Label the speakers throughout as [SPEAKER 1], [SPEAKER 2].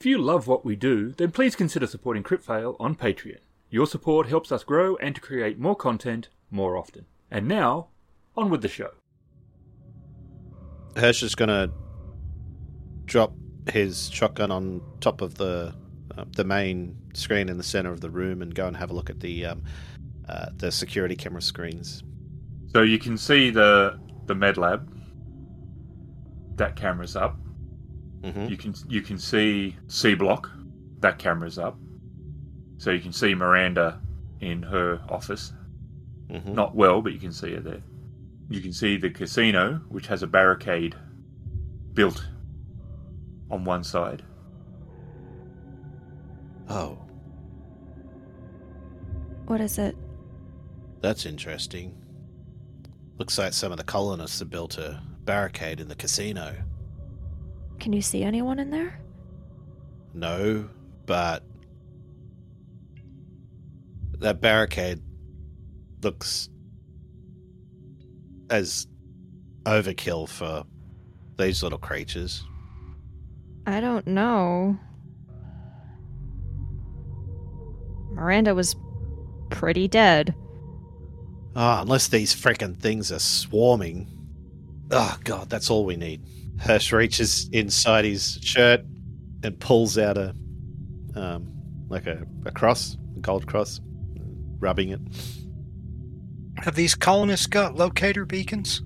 [SPEAKER 1] If you love what we do, then please consider supporting CryptFail on Patreon. Your support helps us grow and to create more content more often. And now, on with the show.
[SPEAKER 2] Hirsch is going to drop his shotgun on top of the uh, the main screen in the center of the room and go and have a look at the um, uh, the security camera screens.
[SPEAKER 3] So you can see the the med lab. That camera's up.
[SPEAKER 2] hmm
[SPEAKER 3] You can you can see C block. That camera's up. So you can see Miranda in her office.
[SPEAKER 2] hmm
[SPEAKER 3] Not well, but you can see her there. You can see the casino, which has a barricade built on one side.
[SPEAKER 2] Oh,
[SPEAKER 4] What is it?
[SPEAKER 2] that's interesting. Looks like some of the colonists have built a barricade in the casino.
[SPEAKER 4] Can you see anyone in there?
[SPEAKER 2] No, but that barricade looks as overkill for these little creatures.
[SPEAKER 4] I don't know. Miranda was pretty dead.
[SPEAKER 2] Ah, unless these freaking things are swarming. Oh god, that's all we need. Hirsch reaches inside his shirt and pulls out a um like a, a cross, a gold cross, rubbing it.
[SPEAKER 5] Have these colonists got locator beacons?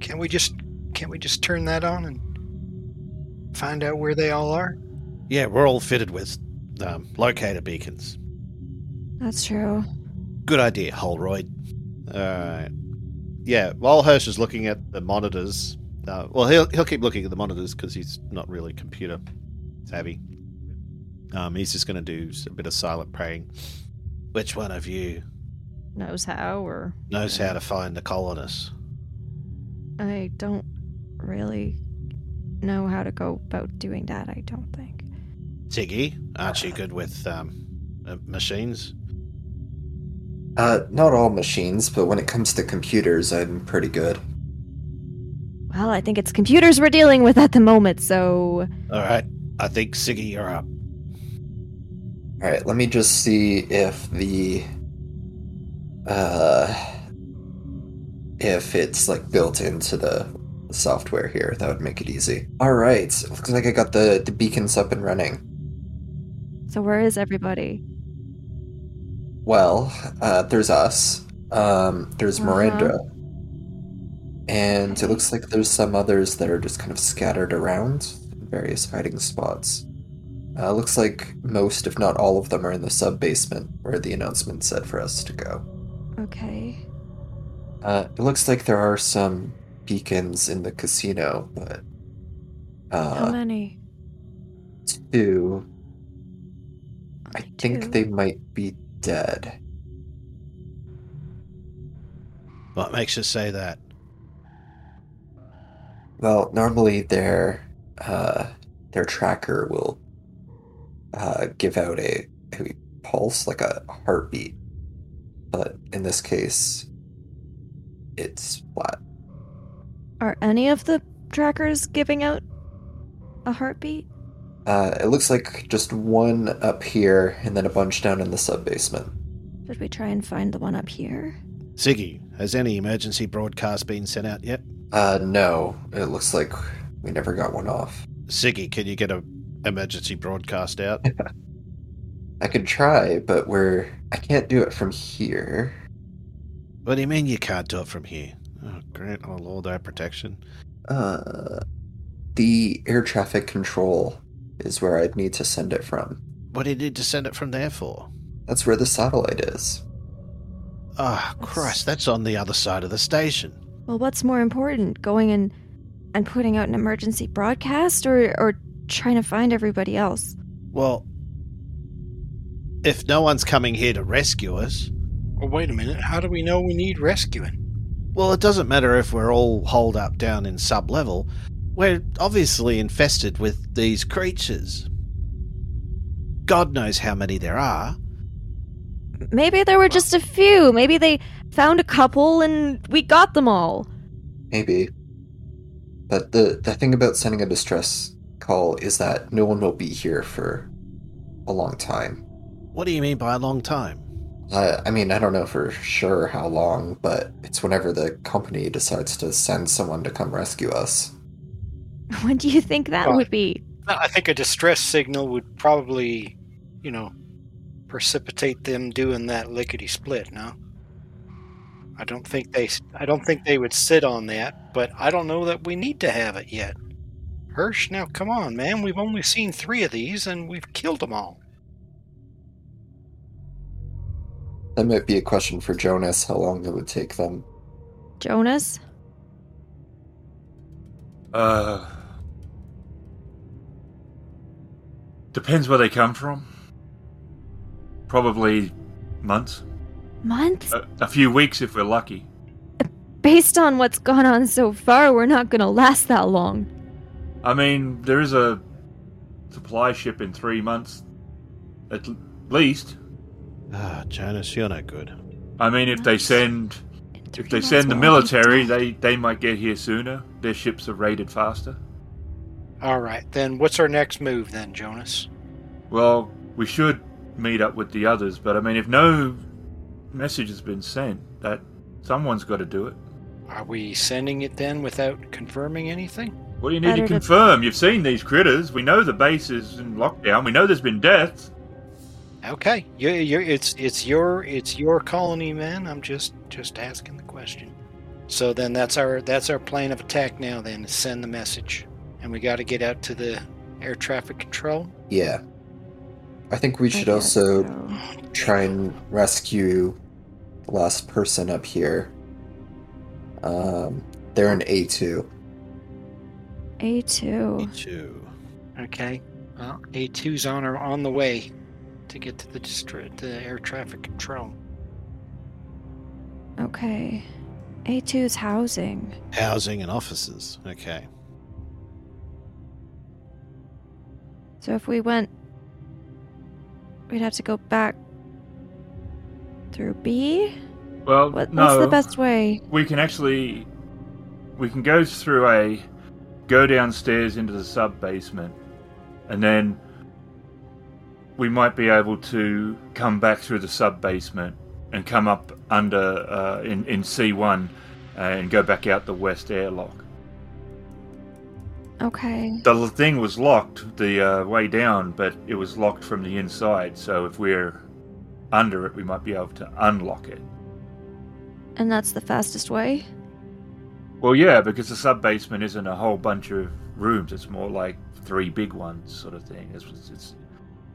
[SPEAKER 5] Can we just can't we just turn that on and find out where they all are?
[SPEAKER 2] Yeah, we're all fitted with um, locator beacons.
[SPEAKER 4] That's true.
[SPEAKER 2] Good idea, Holroyd. Alright. Yeah, while Hirsch is looking at the monitors, uh, well, he'll, he'll keep looking at the monitors because he's not really computer savvy. Um, he's just going to do s- a bit of silent praying. Which one of you
[SPEAKER 4] Knows how, or.
[SPEAKER 2] knows how to find the colonists?
[SPEAKER 4] I don't really know how to go about doing that, I don't think.
[SPEAKER 2] Tiggy, aren't you good with um, uh, machines?
[SPEAKER 6] Uh, not all machines, but when it comes to computers, I'm pretty good.
[SPEAKER 4] Well, I think it's computers we're dealing with at the moment, so.
[SPEAKER 2] All right, I think Siggy, you're up.
[SPEAKER 6] All right, let me just see if the uh if it's like built into the software here. That would make it easy. All right, looks like I got the the beacons up and running.
[SPEAKER 4] So, where is everybody?
[SPEAKER 6] Well, uh, there's us. Um, there's
[SPEAKER 4] Uh-huh.
[SPEAKER 6] Miranda. And it looks like there's some others that are just kind of scattered around in various hiding spots. Uh, looks like most, if not all of them, are in the sub basement where the announcement said for us to go.
[SPEAKER 4] Okay.
[SPEAKER 6] Uh, it looks like there are some beacons in the casino, but
[SPEAKER 4] how
[SPEAKER 6] uh,
[SPEAKER 4] many?
[SPEAKER 6] two. I
[SPEAKER 4] Only
[SPEAKER 6] think
[SPEAKER 4] two.
[SPEAKER 6] they might be dead.
[SPEAKER 2] What makes you say that?
[SPEAKER 6] Well, normally their uh, their tracker will uh, give out a, a pulse, like a heartbeat, but in this case, it's flat.
[SPEAKER 4] Are any of the trackers giving out a heartbeat?
[SPEAKER 6] Uh, it looks like just one up here, and then a bunch down in the sub basement.
[SPEAKER 4] Should we try and find the one up here?
[SPEAKER 2] Siggy, has any emergency broadcast been sent out yet?
[SPEAKER 6] Uh, no. It looks like we never got one off.
[SPEAKER 2] Siggy, can you get a emergency broadcast out?
[SPEAKER 6] I could try, but we're. I can't do it from here.
[SPEAKER 2] what do you mean you can't do it from here? Oh, grant all Lord our protection.
[SPEAKER 6] Uh, the air traffic control is where I'd need to send it from.
[SPEAKER 2] What do you need to send it from there for?
[SPEAKER 6] That's where the satellite is.
[SPEAKER 2] Ah,
[SPEAKER 4] That's-
[SPEAKER 2] Christ, that's on the other side of the station.
[SPEAKER 4] Well, what's more important, going and and putting out an emergency broadcast, or or trying to find everybody else?
[SPEAKER 2] Well, if no one's coming here to rescue us,
[SPEAKER 5] Well, wait a minute. How do we know we need rescuing?
[SPEAKER 2] well, it doesn't matter if we're all holed up down in sub level. We're obviously infested with these creatures. God knows how many there are.
[SPEAKER 4] Maybe there were just a few. Maybe they found a couple and we got them all.
[SPEAKER 6] Maybe. But the, the thing about sending a distress call is that no one will be here for a long time.
[SPEAKER 2] What do you mean by a long time?
[SPEAKER 6] Uh, I mean, I don't know for sure how long, but it's whenever the company decides to send someone to come rescue us.
[SPEAKER 4] When do you think that
[SPEAKER 5] Right.
[SPEAKER 4] would be?
[SPEAKER 5] I think a distress signal would probably, you know, precipitate them doing that lickety split. No, I don't think they. I don't think they would sit on that. But I don't know that we need to have it yet. Hirsch, now come on, man. We've only seen three of these, and we've killed them all.
[SPEAKER 6] That might be a question for Jonas how long it would take them.
[SPEAKER 4] Jonas?
[SPEAKER 3] Uh, depends where they come from. Probably months.
[SPEAKER 4] Months?
[SPEAKER 3] A, a few weeks if we're lucky.
[SPEAKER 4] Based on what's gone on so far, we're not gonna last that long.
[SPEAKER 3] I mean, there is a supply ship in three months at l- least.
[SPEAKER 2] Ah, Jonas, you're no good.
[SPEAKER 3] I mean, if they
[SPEAKER 4] Months?
[SPEAKER 3] send if they send the military, they they might get here sooner. Their ships are raided faster.
[SPEAKER 5] All right, then. What's our next move, then, Jonas?
[SPEAKER 3] Well, we should meet up with the others, but I mean, if no message has been sent, that someone's got to do it.
[SPEAKER 5] Are we sending it then without confirming anything?
[SPEAKER 3] What do you need
[SPEAKER 4] Better
[SPEAKER 3] to
[SPEAKER 4] to-
[SPEAKER 3] confirm? You've seen these critters. We know the base is in lockdown. We know there's been deaths.
[SPEAKER 5] Okay, you, you, it's it's your it's your colony, man. I'm just just asking the question. So then that's our that's our plan of attack now. Then is send the message, and we got to get out to the air traffic control.
[SPEAKER 6] Yeah. I think we
[SPEAKER 4] I
[SPEAKER 6] should
[SPEAKER 4] guess
[SPEAKER 6] also
[SPEAKER 4] so.
[SPEAKER 6] try and rescue the last person up here. Um, they're in A2.
[SPEAKER 4] A2.
[SPEAKER 2] Two.
[SPEAKER 5] Okay. Well, A2's on our on the way to get to the distra- the air traffic control.
[SPEAKER 4] Okay. A2's housing.
[SPEAKER 2] Housing and offices. Okay.
[SPEAKER 4] So if we went, we'd have to go back through B.
[SPEAKER 3] Well,
[SPEAKER 4] What,
[SPEAKER 3] no.
[SPEAKER 4] What's the best way?
[SPEAKER 3] We can actually, we can go through a, go downstairs into the sub basement, and then we might be able to come back through the sub basement and come up under uh, in in C one, uh, and go back out the west airlock.
[SPEAKER 4] Okay.
[SPEAKER 3] The l- thing was locked the uh, way down, but it was locked from the inside. So if we're under it, we might be able to unlock it.
[SPEAKER 4] And that's the fastest way.
[SPEAKER 3] Well, yeah, because the sub basement isn't a whole bunch of rooms. It's more like three big ones, sort of thing. It's, it's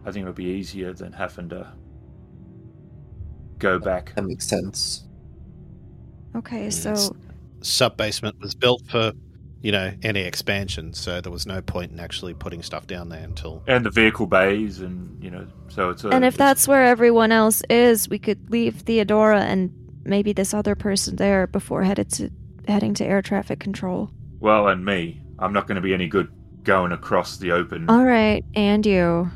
[SPEAKER 3] I think it would be easier than having to go back.
[SPEAKER 6] That makes sense.
[SPEAKER 4] Okay, so
[SPEAKER 2] Yes. Sub basement was built for, you know, any expansion, so there was no point in actually putting stuff down there until.
[SPEAKER 3] And the vehicle bays, and you know, so it's. A,
[SPEAKER 4] and if
[SPEAKER 3] it's-
[SPEAKER 4] that's where everyone else is, we could leave Theodora and maybe this other person there before headed to heading to air traffic control.
[SPEAKER 3] well, and me, I'm not going to be any good going across the open.
[SPEAKER 4] All right, and you.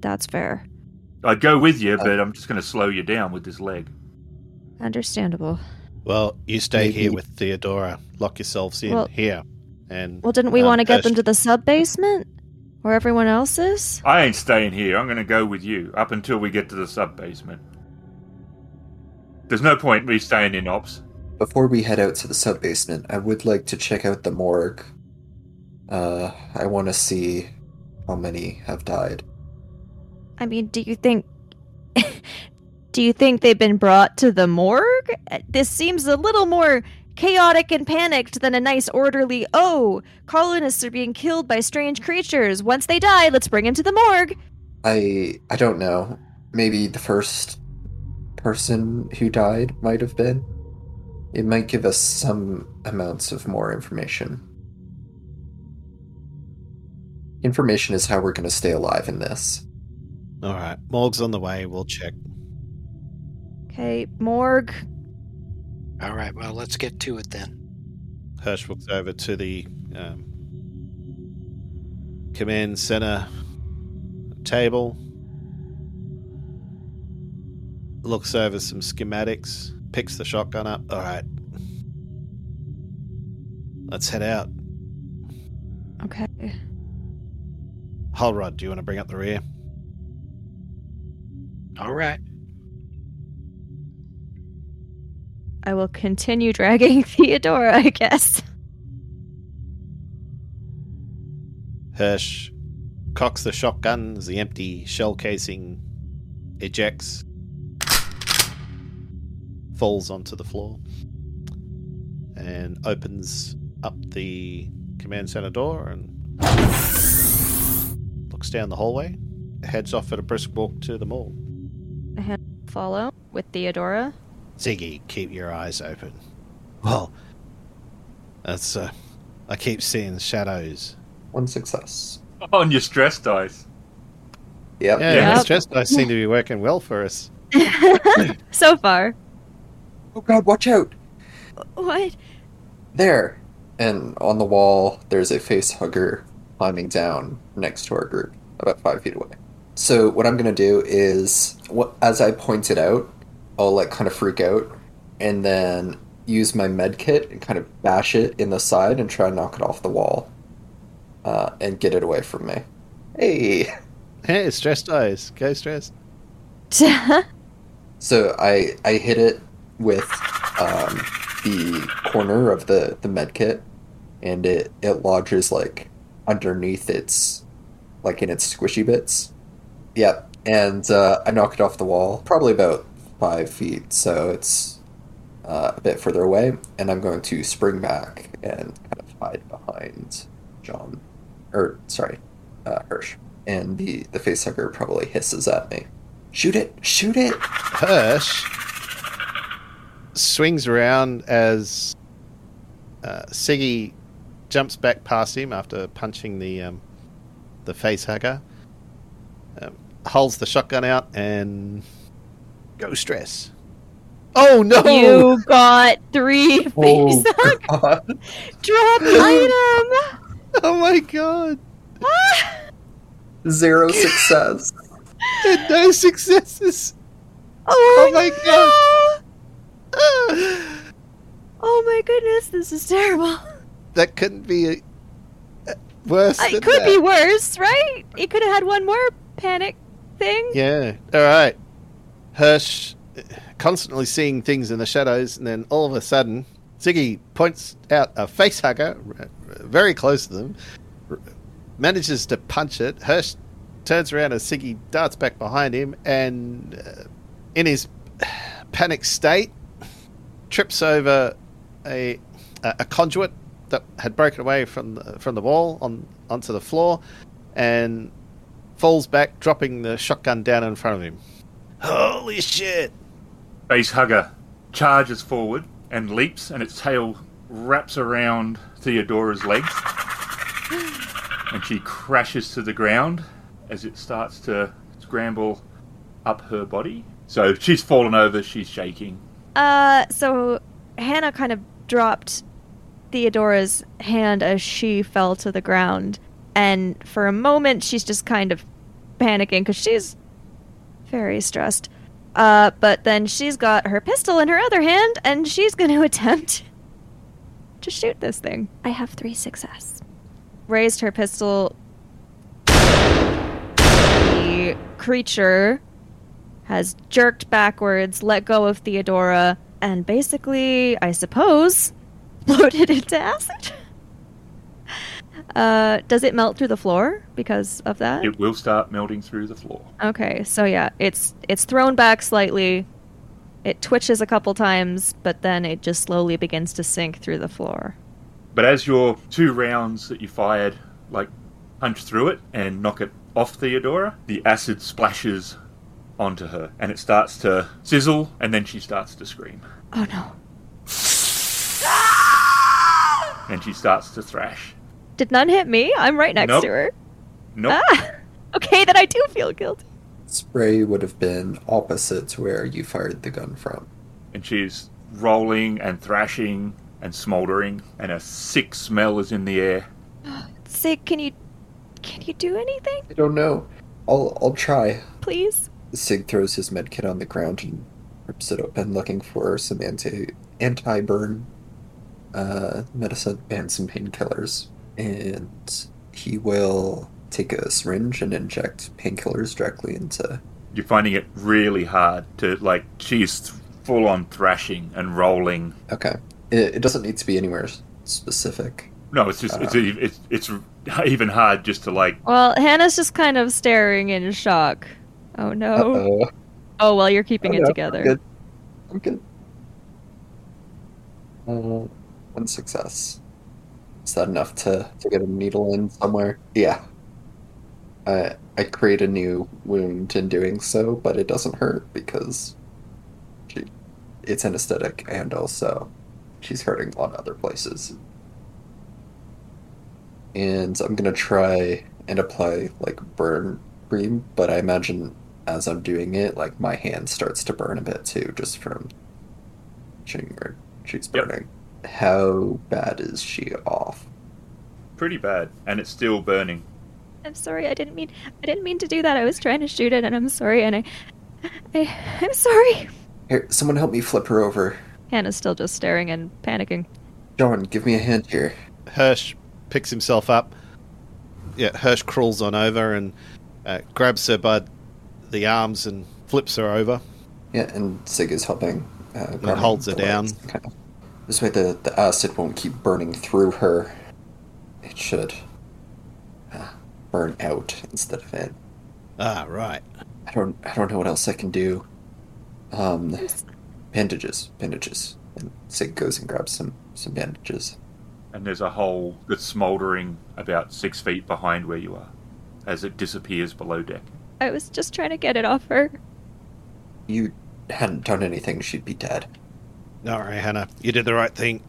[SPEAKER 4] That's fair.
[SPEAKER 3] I'd go with you, but I'm just going to slow you down with this leg.
[SPEAKER 4] Understandable.
[SPEAKER 2] Well, you stay
[SPEAKER 6] Maybe-
[SPEAKER 2] here with Theodora. Lock yourselves in
[SPEAKER 4] Well-
[SPEAKER 2] here, and
[SPEAKER 4] Well, didn't we
[SPEAKER 2] Um,
[SPEAKER 4] want to get them
[SPEAKER 2] Hirsch.
[SPEAKER 4] to the sub basement where everyone else is?
[SPEAKER 3] I ain't staying here. I'm going to go with you up until we get to the sub basement. There's no point me staying in ops.
[SPEAKER 6] Before we head out to the sub basement, I would like to check out the morgue. Uh, I want to see how many have died.
[SPEAKER 4] I mean, do you think do you think they've been brought to the morgue? Uh, This seems a little more chaotic and panicked than a nice orderly, "Oh, colonists are being killed by strange creatures. Once they die, let's bring them to the morgue."
[SPEAKER 6] I I don't know. Maybe the first person who died might have been. It might give us some amounts of more information. Information is how we're going to stay alive in this.
[SPEAKER 2] all right, morgue's on the way. We'll check.
[SPEAKER 4] Okay, morgue.
[SPEAKER 5] All right. Well, let's get to it then.
[SPEAKER 2] Hirsch walks over to the um, command center table, looks over some schematics, picks the shotgun up. All right, let's head out.
[SPEAKER 4] Okay.
[SPEAKER 2] Holrod, do you want to bring up the rear?
[SPEAKER 5] All right.
[SPEAKER 4] I will continue dragging Theodora, I guess.
[SPEAKER 2] Hirsch cocks the shotgun as the empty shell casing ejects, falls onto the floor, and opens up the command center door and looks down the hallway, heads off at a brisk walk to the mall.
[SPEAKER 4] Follow with Theodora.
[SPEAKER 2] Ziggy, keep your eyes open. Well, that's uh, I keep seeing shadows.
[SPEAKER 6] One success.
[SPEAKER 3] On your stress dice.
[SPEAKER 6] Yep.
[SPEAKER 2] Yeah,
[SPEAKER 4] Yep.
[SPEAKER 2] those stress dice seem to be working well for us.
[SPEAKER 4] so far.
[SPEAKER 6] Oh god, watch out!
[SPEAKER 4] What?
[SPEAKER 6] There! And on the wall, there's a face hugger climbing down next to our group, about five feet away. So, what I'm gonna do is, wh- as I point it out, I'll like kind of freak out and then use my med kit and kind of bash it in the side and try and knock it off the wall uh, and get it away from me. Hey!
[SPEAKER 2] Hey, stress dice, go stress.
[SPEAKER 6] So I I hit it with um, the corner of the the med kit, and it it lodges like underneath its like in its squishy bits. Yep, and uh, I knock it off the wall, probably about five feet, so it's uh, a bit further away, and I'm going to spring back and kind of hide behind John, or sorry, uh, Hirsch, and the the face hugger probably hisses at me. Shoot it! Shoot it!
[SPEAKER 2] Hirsch swings around as uh, Siggy jumps back past him after punching the um, the face hugger. Um, holds the shotgun out and go stress. Oh no!
[SPEAKER 4] You got three
[SPEAKER 6] Oh,
[SPEAKER 4] face hug
[SPEAKER 6] God.
[SPEAKER 4] drop item.
[SPEAKER 2] Oh my god!
[SPEAKER 6] Zero success.
[SPEAKER 2] And no successes.
[SPEAKER 4] Oh,
[SPEAKER 2] Oh my
[SPEAKER 4] no.
[SPEAKER 2] God. Ah,
[SPEAKER 4] Oh my goodness, this is terrible.
[SPEAKER 2] that couldn't be uh, worse.
[SPEAKER 4] It
[SPEAKER 2] than
[SPEAKER 4] could
[SPEAKER 2] that.
[SPEAKER 4] be worse, right? It could have had one more panic thing.
[SPEAKER 2] Yeah. All right. Hirsch uh, constantly seeing things in the shadows, and then all of a sudden, Ziggy points out a face hugger r- r- very close to them, r- manages to punch it. Hirsch turns around as Ziggy darts back behind him, and uh, in his panic state, trips over a, a, a conduit that had broken away from the, from the wall on, onto the floor, and falls back, dropping the shotgun down in front of him. Holy shit!
[SPEAKER 3] Base hugger charges forward and leaps, and its tail wraps around Theodora's legs, and she crashes to the ground as it starts to scramble up her body. So she's fallen over. She's shaking.
[SPEAKER 4] Uh, so Hannah kind of dropped Theodora's hand as she fell to the ground, and for a moment she's just kind of panicking because she's very stressed. Uh, but then she's got her pistol in her other hand, and she's going to attempt to shoot this thing. I have three success. Raised her pistol. The creature has jerked backwards, let go of Theodora, and basically, I suppose, floated into acid. Uh, does it melt through the floor because of that?
[SPEAKER 3] It will start melting through the floor.
[SPEAKER 4] Okay, so yeah, it's it's thrown back slightly. It twitches a couple times, but then it just slowly begins to sink through the floor.
[SPEAKER 3] But as your two rounds that you fired, like, punch through it and knock it off Theodora, the acid splashes onto her and it starts to sizzle and then she starts to scream
[SPEAKER 4] Oh no.
[SPEAKER 3] and she starts to thrash.
[SPEAKER 4] Did none hit me? I'm right next
[SPEAKER 3] Nope.
[SPEAKER 4] to her.
[SPEAKER 3] Nope.
[SPEAKER 4] Ah! Okay, then I do feel guilty.
[SPEAKER 6] Spray would have been opposite to where you fired the gun from.
[SPEAKER 3] And she's rolling and thrashing and smouldering and a sick smell is in the air.
[SPEAKER 4] Sig, can you can you do anything,
[SPEAKER 6] I don't know. I'll I'll try.
[SPEAKER 4] please?
[SPEAKER 6] Sig throws his med kit on the ground and rips it open, looking for some anti anti burn uh, medicine and some painkillers. And he will take a syringe and inject painkillers directly into.
[SPEAKER 3] You're finding it really hard to like. She's full on thrashing and rolling.
[SPEAKER 6] Okay. It, it doesn't need to be anywhere specific.
[SPEAKER 3] No, it's just it's, it's it's even hard just to like.
[SPEAKER 4] Well, Hannah's just kind of staring in shock. Oh no.
[SPEAKER 6] Uh-oh.
[SPEAKER 4] Oh well, you're keeping
[SPEAKER 6] Oh,
[SPEAKER 4] it
[SPEAKER 6] no,
[SPEAKER 4] together.
[SPEAKER 6] I'm good. I'm good. Uh, one success. Is that enough to, to get a needle in somewhere? Yeah. I I create a new wound in doing so, but it doesn't hurt because she, it's anesthetic and also she's hurting a lot of other places. And I'm gonna try and apply like burn cream, but I imagine as I'm doing it, like my hand starts to burn a bit too, just from touching where she's
[SPEAKER 3] Yep.
[SPEAKER 6] burning. How bad is she off?
[SPEAKER 3] pretty bad, and it's still burning.
[SPEAKER 4] I'm sorry. I didn't mean. I didn't mean to do that. I was trying to shoot it, and I'm sorry. And I, I, I'm sorry.
[SPEAKER 6] Here, someone help me flip her over.
[SPEAKER 4] Hannah's still just staring and panicking.
[SPEAKER 6] John, give me a hand here.
[SPEAKER 2] Hirsch picks himself up. Yeah, Hirsch crawls on over and uh, grabs her by the arms and flips her over.
[SPEAKER 6] Yeah, and Sig is helping. Uh, grabbing
[SPEAKER 2] holds her
[SPEAKER 6] the legs.
[SPEAKER 2] down.
[SPEAKER 6] Okay. This way, the, the acid won't keep burning through her. It should uh, burn out instead of in.
[SPEAKER 2] Ah, right.
[SPEAKER 6] I don't. I don't know what else I can do. Um,
[SPEAKER 4] I'm s-
[SPEAKER 6] bandages, bandages, and Sig goes and grabs some some bandages.
[SPEAKER 3] and there's a hole that's smouldering about six feet behind where you are as it disappears below deck.
[SPEAKER 4] I was just trying to get it off her.
[SPEAKER 6] You hadn't done anything; she'd be dead.
[SPEAKER 2] All right, Hannah, you did the right thing.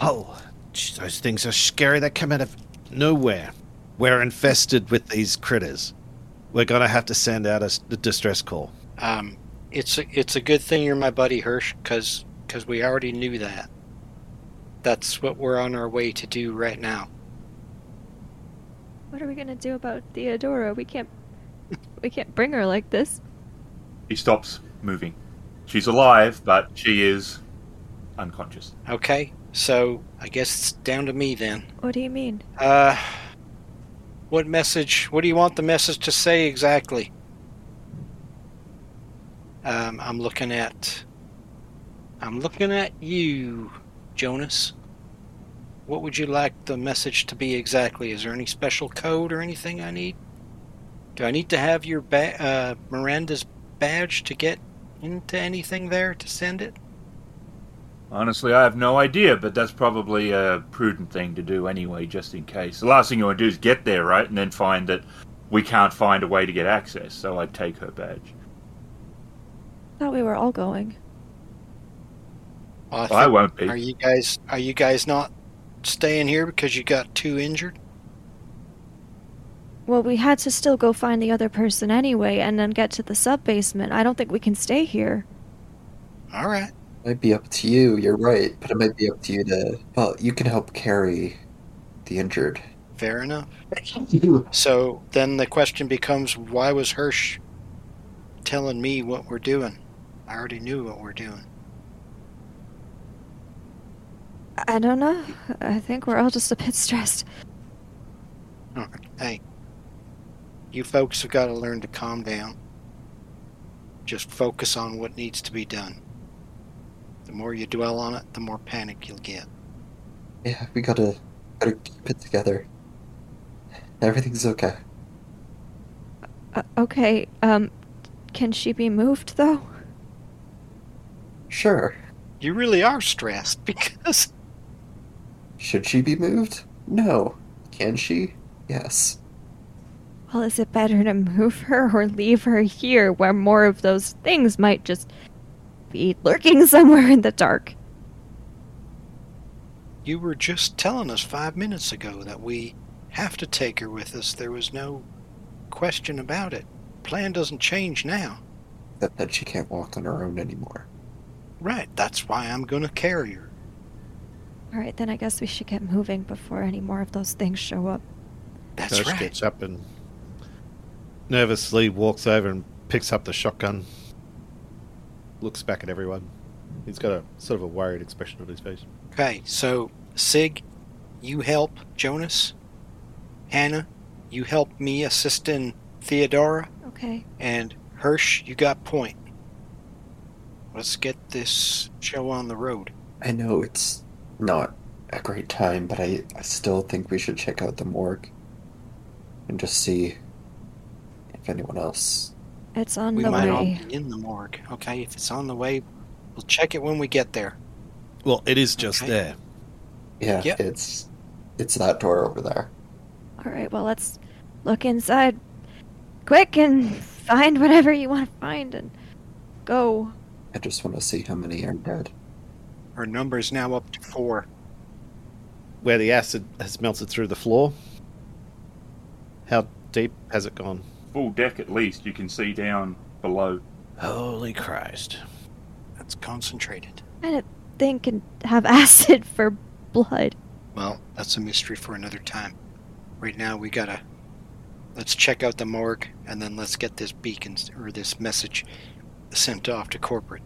[SPEAKER 2] Oh, geez, those things are scary. They come out of nowhere. We're infested with these critters. We're gonna have to send out a s- a distress call.
[SPEAKER 5] Um, it's a, it's a good thing you're my buddy Hirsch, because we already knew that. That's what we're on our way to do right now.
[SPEAKER 4] What are we gonna do about Theodora? We can't. We can't bring her like this.
[SPEAKER 3] He stops moving. She's alive, but she is unconscious.
[SPEAKER 5] Okay, so I guess it's down to me then.
[SPEAKER 4] What do you mean?
[SPEAKER 5] Uh, what message? What do you want the message to say exactly? Um, I'm looking at. I'm looking at you, Jonas. What would you like the message to be exactly? Is there any special code or anything I need? Do I need to have your ba- uh, Miranda's badge to get into anything there to send it?
[SPEAKER 3] Honestly, I have no idea, but that's probably a prudent thing to do anyway, just in case. The last thing you want to do is get there, right, and then find that we can't find a way to get access, so I'd take her badge.
[SPEAKER 4] Thought we were all going.
[SPEAKER 5] Well, I
[SPEAKER 3] I
[SPEAKER 5] think-
[SPEAKER 3] won't be.
[SPEAKER 5] are you guys? Are you guys not staying here because you got two injured?
[SPEAKER 4] Well, we had to still go find the other person anyway, and then get to the sub basement. I don't think we can stay here.
[SPEAKER 5] All right.
[SPEAKER 6] Might be up to you. You're right, but it might be up to you to. Well, you can help carry the injured.
[SPEAKER 5] Fair enough. So then the question becomes why was Hirsch telling me what we're doing? I already knew what we're doing.
[SPEAKER 4] I don't know. I think we're all just a bit stressed.
[SPEAKER 5] Hey, you folks have got to learn to calm down. Just focus on what needs to be done. The more you dwell on it, the more panic you'll get.
[SPEAKER 6] Yeah, we gotta gotta keep it together. Everything's okay.
[SPEAKER 4] Uh, okay, um, can she be moved though?
[SPEAKER 6] Sure.
[SPEAKER 5] You really are stressed because
[SPEAKER 6] Should she be moved? No. Can she? Yes.
[SPEAKER 4] Well, is it better to move her or leave her here where more of those things might just be lurking somewhere in the dark?
[SPEAKER 5] you were just telling us five minutes ago that we have to take her with us. There was no question about it. Plan doesn't change now.
[SPEAKER 6] That that she can't walk on her own anymore.
[SPEAKER 5] Right, that's why I'm gonna carry her.
[SPEAKER 4] Alright, then I guess we should get moving before any more of those things show up.
[SPEAKER 5] That's
[SPEAKER 2] Hirsch
[SPEAKER 5] right.
[SPEAKER 2] gets up and nervously walks over and picks up the shotgun. Looks back at everyone. He's got a sort of a worried expression on his face.
[SPEAKER 5] Okay, so Sig, you help Jonas, Hannah, you help me assist in Theodora,
[SPEAKER 4] Okay.
[SPEAKER 5] and Hirsch, you got point. Let's get this show on the road.
[SPEAKER 6] I know it's not a great time, but I, I still think we should check out the morgue and just see if anyone else.
[SPEAKER 4] It's on
[SPEAKER 5] We
[SPEAKER 4] the
[SPEAKER 5] might all
[SPEAKER 4] way.
[SPEAKER 5] be in the morgue. Okay, if it's on the way, we'll check it when we get there.
[SPEAKER 2] Well, it is just
[SPEAKER 5] Okay.
[SPEAKER 2] there.
[SPEAKER 6] Yeah,
[SPEAKER 5] Yep.
[SPEAKER 6] it's it's that door over there.
[SPEAKER 4] All right. Well, let's look inside, quick, and find whatever you want to find, and go.
[SPEAKER 6] I just want to see how many are dead.
[SPEAKER 5] Our number is now up to four.
[SPEAKER 2] Where the acid has melted through the floor. How deep has it gone?
[SPEAKER 3] Full deck at least, you can see down below.
[SPEAKER 2] Holy Christ.
[SPEAKER 5] That's concentrated.
[SPEAKER 4] Think and have acid for blood.
[SPEAKER 5] Well, that's a mystery for another time. Right now, we gotta let's check out the morgue and then let's get this beacon or this message sent off to corporate.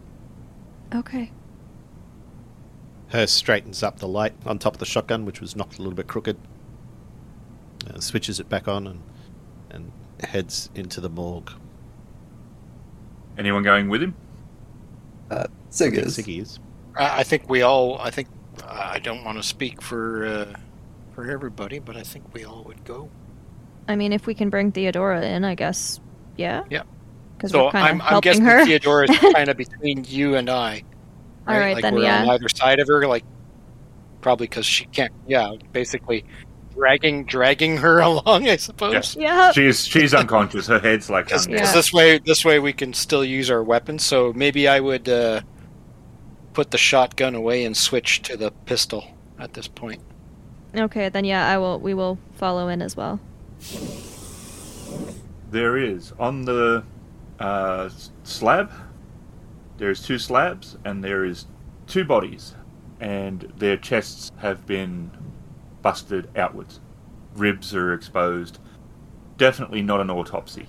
[SPEAKER 4] Okay.
[SPEAKER 2] Hurst straightens up the light on top of the shotgun, which was knocked a little bit crooked. Uh, switches it back on and, and heads into the morgue.
[SPEAKER 3] Anyone going with him?
[SPEAKER 2] I
[SPEAKER 6] Zig
[SPEAKER 2] think
[SPEAKER 6] is.
[SPEAKER 2] Ziggy is.
[SPEAKER 5] I, I think we all. I think I don't want to speak for uh, for everybody, but I think we all would go.
[SPEAKER 4] I mean, if we can bring Theodora in, I guess. Yeah.
[SPEAKER 5] Yeah.
[SPEAKER 4] Because
[SPEAKER 5] So
[SPEAKER 4] we're kind
[SPEAKER 5] I'm,
[SPEAKER 4] of
[SPEAKER 5] I'm
[SPEAKER 4] helping
[SPEAKER 5] guessing
[SPEAKER 4] her.
[SPEAKER 5] Theodora is kind of between you and I.
[SPEAKER 4] All right
[SPEAKER 5] like
[SPEAKER 4] then.
[SPEAKER 5] we're on
[SPEAKER 4] Yeah.
[SPEAKER 5] either side of her, like probably because she can't. Yeah, basically dragging dragging her along, I suppose.
[SPEAKER 3] Yes.
[SPEAKER 4] Yep.
[SPEAKER 3] She's she's unconscious. Her head's like
[SPEAKER 5] Because
[SPEAKER 3] hung down.
[SPEAKER 4] Yeah.
[SPEAKER 5] this way, this way we can still use our weapons. So maybe I would uh, put the shotgun away and switch to the pistol at this point.
[SPEAKER 4] Okay, then yeah, I will. We will follow in as well.
[SPEAKER 3] There is on the uh, s- slab. There's two slabs, and there is two bodies, and their chests have been busted outwards. Ribs are exposed. Definitely not an autopsy.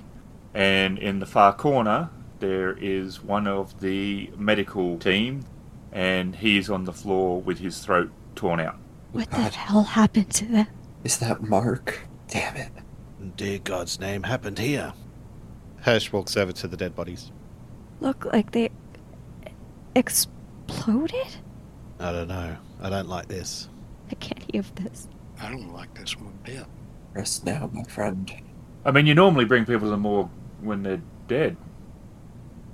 [SPEAKER 3] And in the far corner, there is one of the medical team, and he's on the floor with his throat torn out.
[SPEAKER 4] What the
[SPEAKER 6] God.
[SPEAKER 4] hell happened to them?
[SPEAKER 6] Is that Mark? Damn it.
[SPEAKER 2] Dear God's name happened here. Hirsch walks over to the dead bodies.
[SPEAKER 4] Look like they exploded.
[SPEAKER 2] I don't know. I don't like this.
[SPEAKER 4] I can't hear this.
[SPEAKER 5] I don't like this one bit.
[SPEAKER 6] Rest now, my friend.
[SPEAKER 3] I mean, you normally bring people to the morgue when they're dead.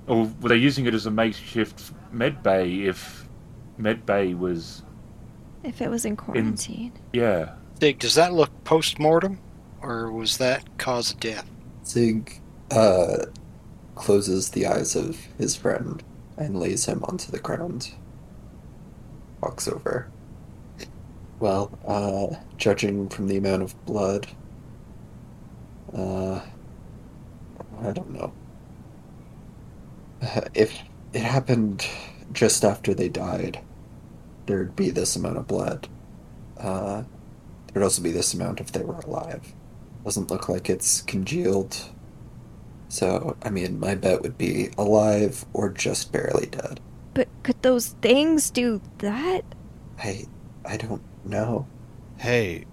[SPEAKER 3] Or were they using it as a makeshift med bay if med bay was.
[SPEAKER 4] If it was in quarantine,
[SPEAKER 3] Yeah.
[SPEAKER 5] Dig, does that look post mortem, or was that cause of death?
[SPEAKER 6] Zig uh, closes the eyes of his friend and lays him onto the ground. Walks over. Well, uh, judging from the amount of blood, uh, I don't know. If it happened just after they died, there'd be this amount of blood. Uh, there'd also be this amount if they were alive doesn't look like it's congealed. So, I mean, my bet would be alive or just barely dead.
[SPEAKER 4] but could those things do that?
[SPEAKER 6] I I don't know.
[SPEAKER 2] Hey,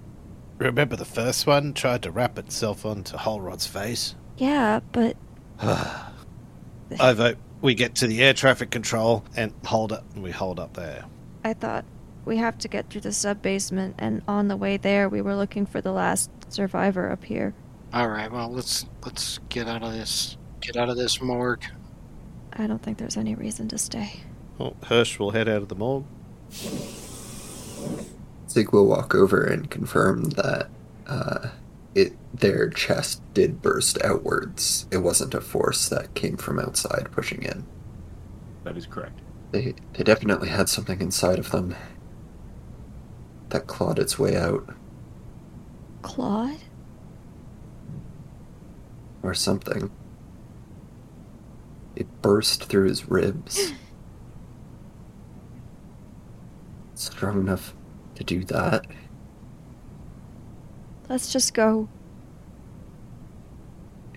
[SPEAKER 2] remember the first one tried to wrap itself onto Holrod's face?
[SPEAKER 4] Yeah, but
[SPEAKER 2] I vote we get to the air traffic control and hold up. And we hold up there.
[SPEAKER 4] I thought we have to get through the sub basement, and on the way there, we were looking for the last survivor up here.
[SPEAKER 5] All right, well let's let's get out of this get out of this morgue.
[SPEAKER 4] I don't think there's any reason to stay.
[SPEAKER 2] Well, Hirsch will head out of the morgue.
[SPEAKER 6] Zig will walk over and confirm that uh, it their chest did burst outwards. It wasn't a force that came from outside pushing in.
[SPEAKER 3] That is correct.
[SPEAKER 6] They they definitely had something inside of them that clawed its way out
[SPEAKER 4] Claude?
[SPEAKER 6] or something. It burst through his ribs. Strong enough to do that.
[SPEAKER 4] Let's just go.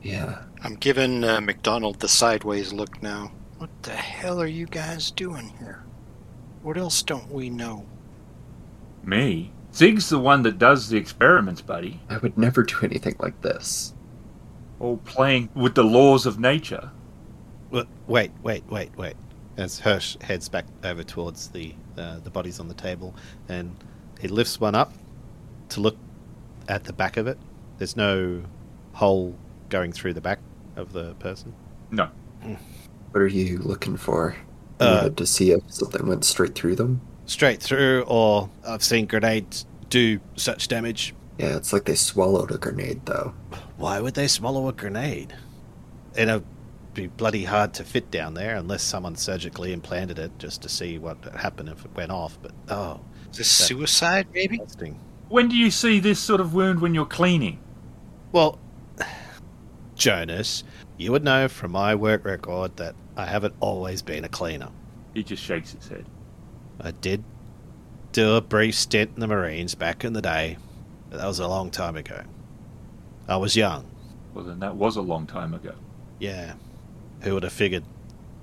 [SPEAKER 6] Yeah.
[SPEAKER 5] I'm giving uh, McDonald the sideways look now. What the hell are you guys doing here? What else don't we know?
[SPEAKER 3] Me? Zig's the one that does the experiments, buddy.
[SPEAKER 6] I would never do anything like this.
[SPEAKER 3] All playing with the laws of nature.
[SPEAKER 2] Wait, wait, wait, wait, wait. As Hirsch heads back over towards the uh, the bodies on the table, and he lifts one up to look at the back of it. There's no hole going through the back of the person.
[SPEAKER 3] No.
[SPEAKER 6] What are you looking for? You
[SPEAKER 2] Uh,
[SPEAKER 6] wanted to see if something went straight through them?
[SPEAKER 2] Straight through, or I've seen grenades do such damage.
[SPEAKER 6] Yeah, it's like they swallowed a grenade, though.
[SPEAKER 2] Why would they swallow a grenade? And it'd be bloody hard to fit down there unless someone surgically implanted it just to see what would happen if it went off. But oh,
[SPEAKER 5] Is this suicide, maybe?
[SPEAKER 2] interesting.
[SPEAKER 3] When do you see this sort of wound when you're cleaning?
[SPEAKER 2] Well, Jonas, you would know from my work record that I haven't always been a cleaner.
[SPEAKER 3] He just shakes his head.
[SPEAKER 2] I did do a brief stint in the Marines back in the day, but that was a long time ago. I was young.
[SPEAKER 3] Well, then that was a long time ago.
[SPEAKER 2] Yeah. Who would have figured?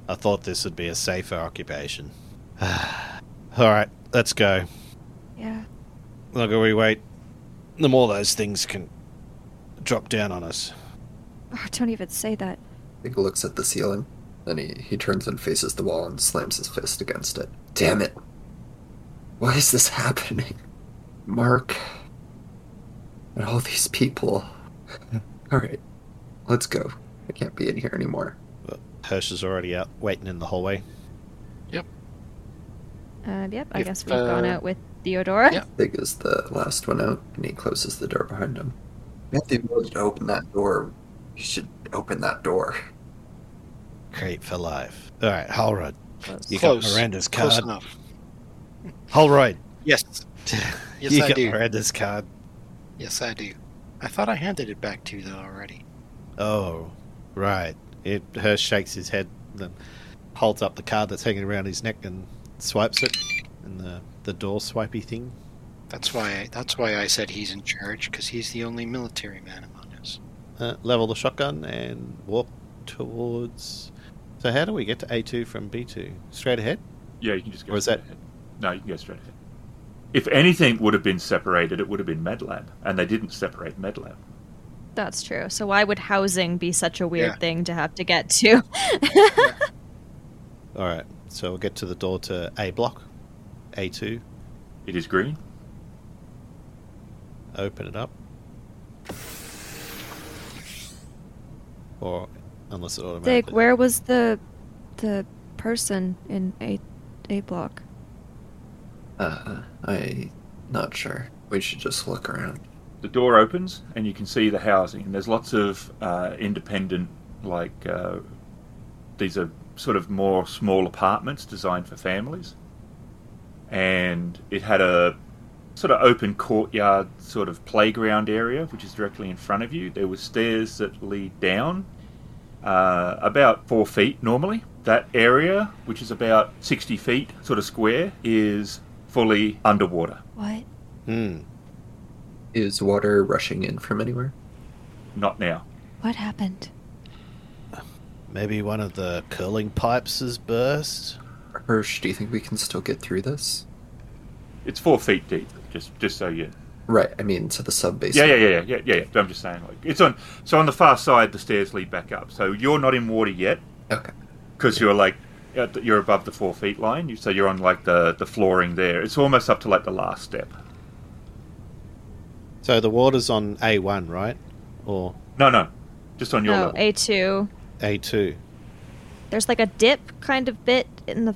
[SPEAKER 2] I thought this would be a safer occupation. Alright, let's go.
[SPEAKER 4] Yeah.
[SPEAKER 2] The longer we wait, the more those things can drop down on us.
[SPEAKER 4] Oh, don't even say that.
[SPEAKER 6] He looks at the ceiling, then he, he turns and faces the wall and slams his fist against it. Damn it! Why is this happening? Mark. And all these people. Alright, let's go. I can't be in here anymore.
[SPEAKER 2] Hirsch is already out waiting in the hallway.
[SPEAKER 4] Uh, yep, I
[SPEAKER 5] If,
[SPEAKER 4] guess we've gone
[SPEAKER 5] uh,
[SPEAKER 4] out with Theodora.
[SPEAKER 5] yeah.
[SPEAKER 6] Big is the last one out, and he closes the door behind him. We have the ability to open that door. You should open that door.
[SPEAKER 2] Creep for life. Alright, Holroyd.
[SPEAKER 4] Close.
[SPEAKER 2] You got
[SPEAKER 5] Close.
[SPEAKER 2] Miranda's
[SPEAKER 5] Close
[SPEAKER 2] card.
[SPEAKER 5] enough.
[SPEAKER 2] Holroyd.
[SPEAKER 5] Yes. Yes,
[SPEAKER 2] you
[SPEAKER 5] I
[SPEAKER 2] got
[SPEAKER 5] do.
[SPEAKER 2] Miranda's card.
[SPEAKER 5] Yes, I do. I thought I handed it back to you, though, already.
[SPEAKER 2] Oh, right. It, Hirsch shakes his head, then holds up the card that's hanging around his neck and swipes it. And the, the door swipey thing.
[SPEAKER 5] That's why. That's why I said he's in charge because he's the only military man among us.
[SPEAKER 2] Uh, level the shotgun and walk towards. So, how do we get to A2 from B2? Straight ahead?
[SPEAKER 3] Yeah, you can just go
[SPEAKER 2] Or is
[SPEAKER 3] straight
[SPEAKER 2] that-
[SPEAKER 3] ahead. No, you can go straight ahead. If anything would have been separated, it would have been MedLab, and they didn't separate MedLab.
[SPEAKER 4] That's true. So why would housing be such a weird
[SPEAKER 5] Yeah.
[SPEAKER 4] thing to have to get to?
[SPEAKER 2] Alright, so we'll get to the door to A block. A2.
[SPEAKER 3] It is green.
[SPEAKER 2] Open it up. Or, unless it automatically.
[SPEAKER 4] Dig, where was the the person in a a block?
[SPEAKER 6] Uh, I. Not sure. We should just look around.
[SPEAKER 3] The door opens, and you can see the housing. And there's lots of uh, independent, like uh, these are sort of more small apartments designed for families. And it had a sort of open courtyard, sort of playground area, which is directly in front of you. There were stairs that lead down, uh, about four feet normally. That area, which is about 60 feet, sort of square, is fully underwater.
[SPEAKER 4] What?
[SPEAKER 2] Hmm.
[SPEAKER 6] Is water rushing in from anywhere?
[SPEAKER 3] Not now.
[SPEAKER 4] What happened?
[SPEAKER 2] Maybe one of the curling pipes has burst?
[SPEAKER 6] Hirsch, do you think we can still get through this?
[SPEAKER 3] It's four feet deep. Just, just so you.
[SPEAKER 6] Right, I mean, to the sub base.
[SPEAKER 3] Yeah, yeah, yeah, yeah, yeah, yeah, yeah. But I'm just saying, like, it's on. So on the far side, the stairs lead back up. So you're not in water yet
[SPEAKER 6] Okay.
[SPEAKER 3] because you're like, at the- you're above the four feet line. You, so you're on like the the flooring there. It's almost up to like the last step.
[SPEAKER 2] So the water's on A1, right? Or
[SPEAKER 3] No, no, just on your
[SPEAKER 4] No,
[SPEAKER 3] level.
[SPEAKER 4] Oh, A two.
[SPEAKER 2] A2?
[SPEAKER 4] There's like a dip kind of bit in the.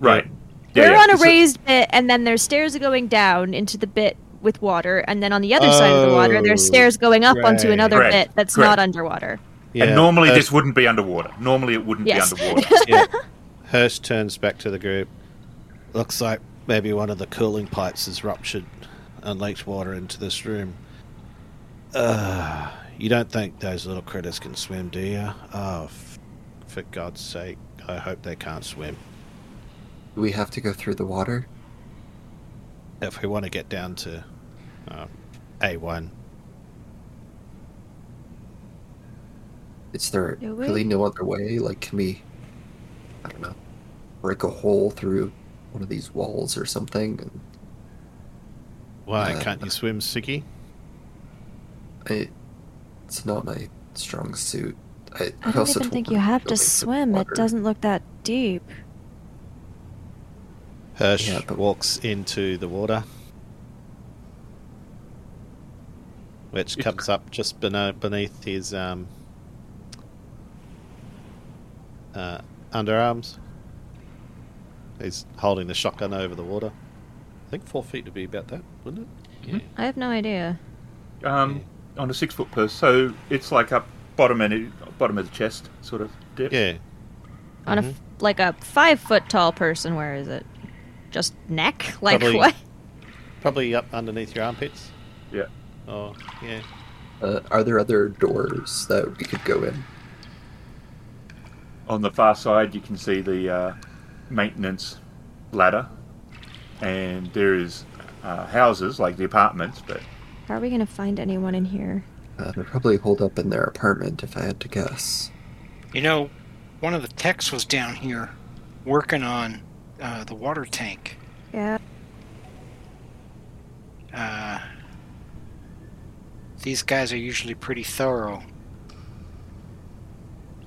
[SPEAKER 3] right. Yeah,
[SPEAKER 4] We're
[SPEAKER 3] yeah.
[SPEAKER 4] on a
[SPEAKER 3] It's
[SPEAKER 4] raised bit, and then there's stairs going down into the bit with water, and then on the other side of the water, there's
[SPEAKER 2] Oh,
[SPEAKER 4] stairs going up onto
[SPEAKER 2] right.
[SPEAKER 4] another
[SPEAKER 3] Correct,
[SPEAKER 4] bit that's
[SPEAKER 3] correct.
[SPEAKER 4] not underwater.
[SPEAKER 3] and normally
[SPEAKER 2] Hirsch,
[SPEAKER 3] this wouldn't be underwater. Normally it wouldn't
[SPEAKER 4] Yes.
[SPEAKER 3] be underwater.
[SPEAKER 2] yeah. Hirsch turns back to the group. Looks like maybe one of the cooling pipes has ruptured and leaked water into this room. Uh, you don't think those little critters can swim, do you? Oh, f- for God's sake, I hope they can't swim.
[SPEAKER 6] Do we have to go through the water?
[SPEAKER 2] If we want to get down to uh, A1,
[SPEAKER 6] Is there
[SPEAKER 4] Do we?
[SPEAKER 6] really no other way? Like, can we, I don't know, break a hole through one of these walls or something and
[SPEAKER 2] Why
[SPEAKER 6] Uh,
[SPEAKER 2] can't you swim, Sicky?
[SPEAKER 6] I, it's not my strong suit. I,
[SPEAKER 4] I don't
[SPEAKER 6] also
[SPEAKER 4] even
[SPEAKER 6] told
[SPEAKER 4] think
[SPEAKER 6] her
[SPEAKER 4] you
[SPEAKER 6] to
[SPEAKER 4] have
[SPEAKER 6] go
[SPEAKER 4] to
[SPEAKER 6] make the
[SPEAKER 4] swim. It
[SPEAKER 6] water.
[SPEAKER 4] doesn't look that deep.
[SPEAKER 2] Hirsch
[SPEAKER 6] Yeah, but-
[SPEAKER 2] walks into the water, which
[SPEAKER 1] It-
[SPEAKER 2] comes up just beno- beneath his um, uh, underarms. He's holding the shotgun over the water. I think four feet would be about that, wouldn't it?
[SPEAKER 4] I have no idea.
[SPEAKER 1] Um, on a six foot purse, so it's like up bottom and bottom of the chest, sort of depth.
[SPEAKER 2] Yeah.
[SPEAKER 4] On a
[SPEAKER 3] Mm-hmm.
[SPEAKER 4] f like a five foot tall person, where is it? Just neck? Like
[SPEAKER 2] Probably-
[SPEAKER 4] what?
[SPEAKER 2] Probably up underneath your armpits.
[SPEAKER 1] Yeah.
[SPEAKER 2] Oh, yeah.
[SPEAKER 6] Uh, are there other doors that we could go in?
[SPEAKER 1] On the far side, you can see the uh, maintenance ladder, and there is uh, houses like the apartments, but
[SPEAKER 4] How are we gonna find anyone in here?
[SPEAKER 6] Uh, they probably hold up in their apartment, if I had to guess.
[SPEAKER 5] You know, one of the techs was down here working on uh, the water tank.
[SPEAKER 4] Yeah.
[SPEAKER 5] Uh, these guys are usually pretty thorough.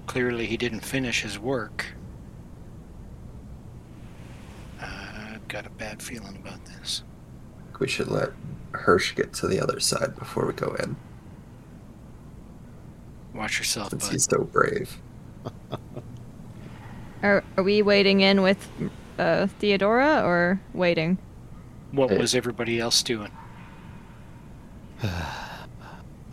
[SPEAKER 5] Clearly, he didn't finish his work. Uh, I've got a bad feeling about this.
[SPEAKER 6] We should let Hirsch get to the other side before we go in,
[SPEAKER 5] Watch yourself,
[SPEAKER 6] since
[SPEAKER 5] bud.
[SPEAKER 6] he's so brave.
[SPEAKER 4] Are are we waiting in with uh, Theodora or waiting?
[SPEAKER 5] What
[SPEAKER 2] Eh.
[SPEAKER 6] Hey.
[SPEAKER 5] was everybody else doing?
[SPEAKER 2] All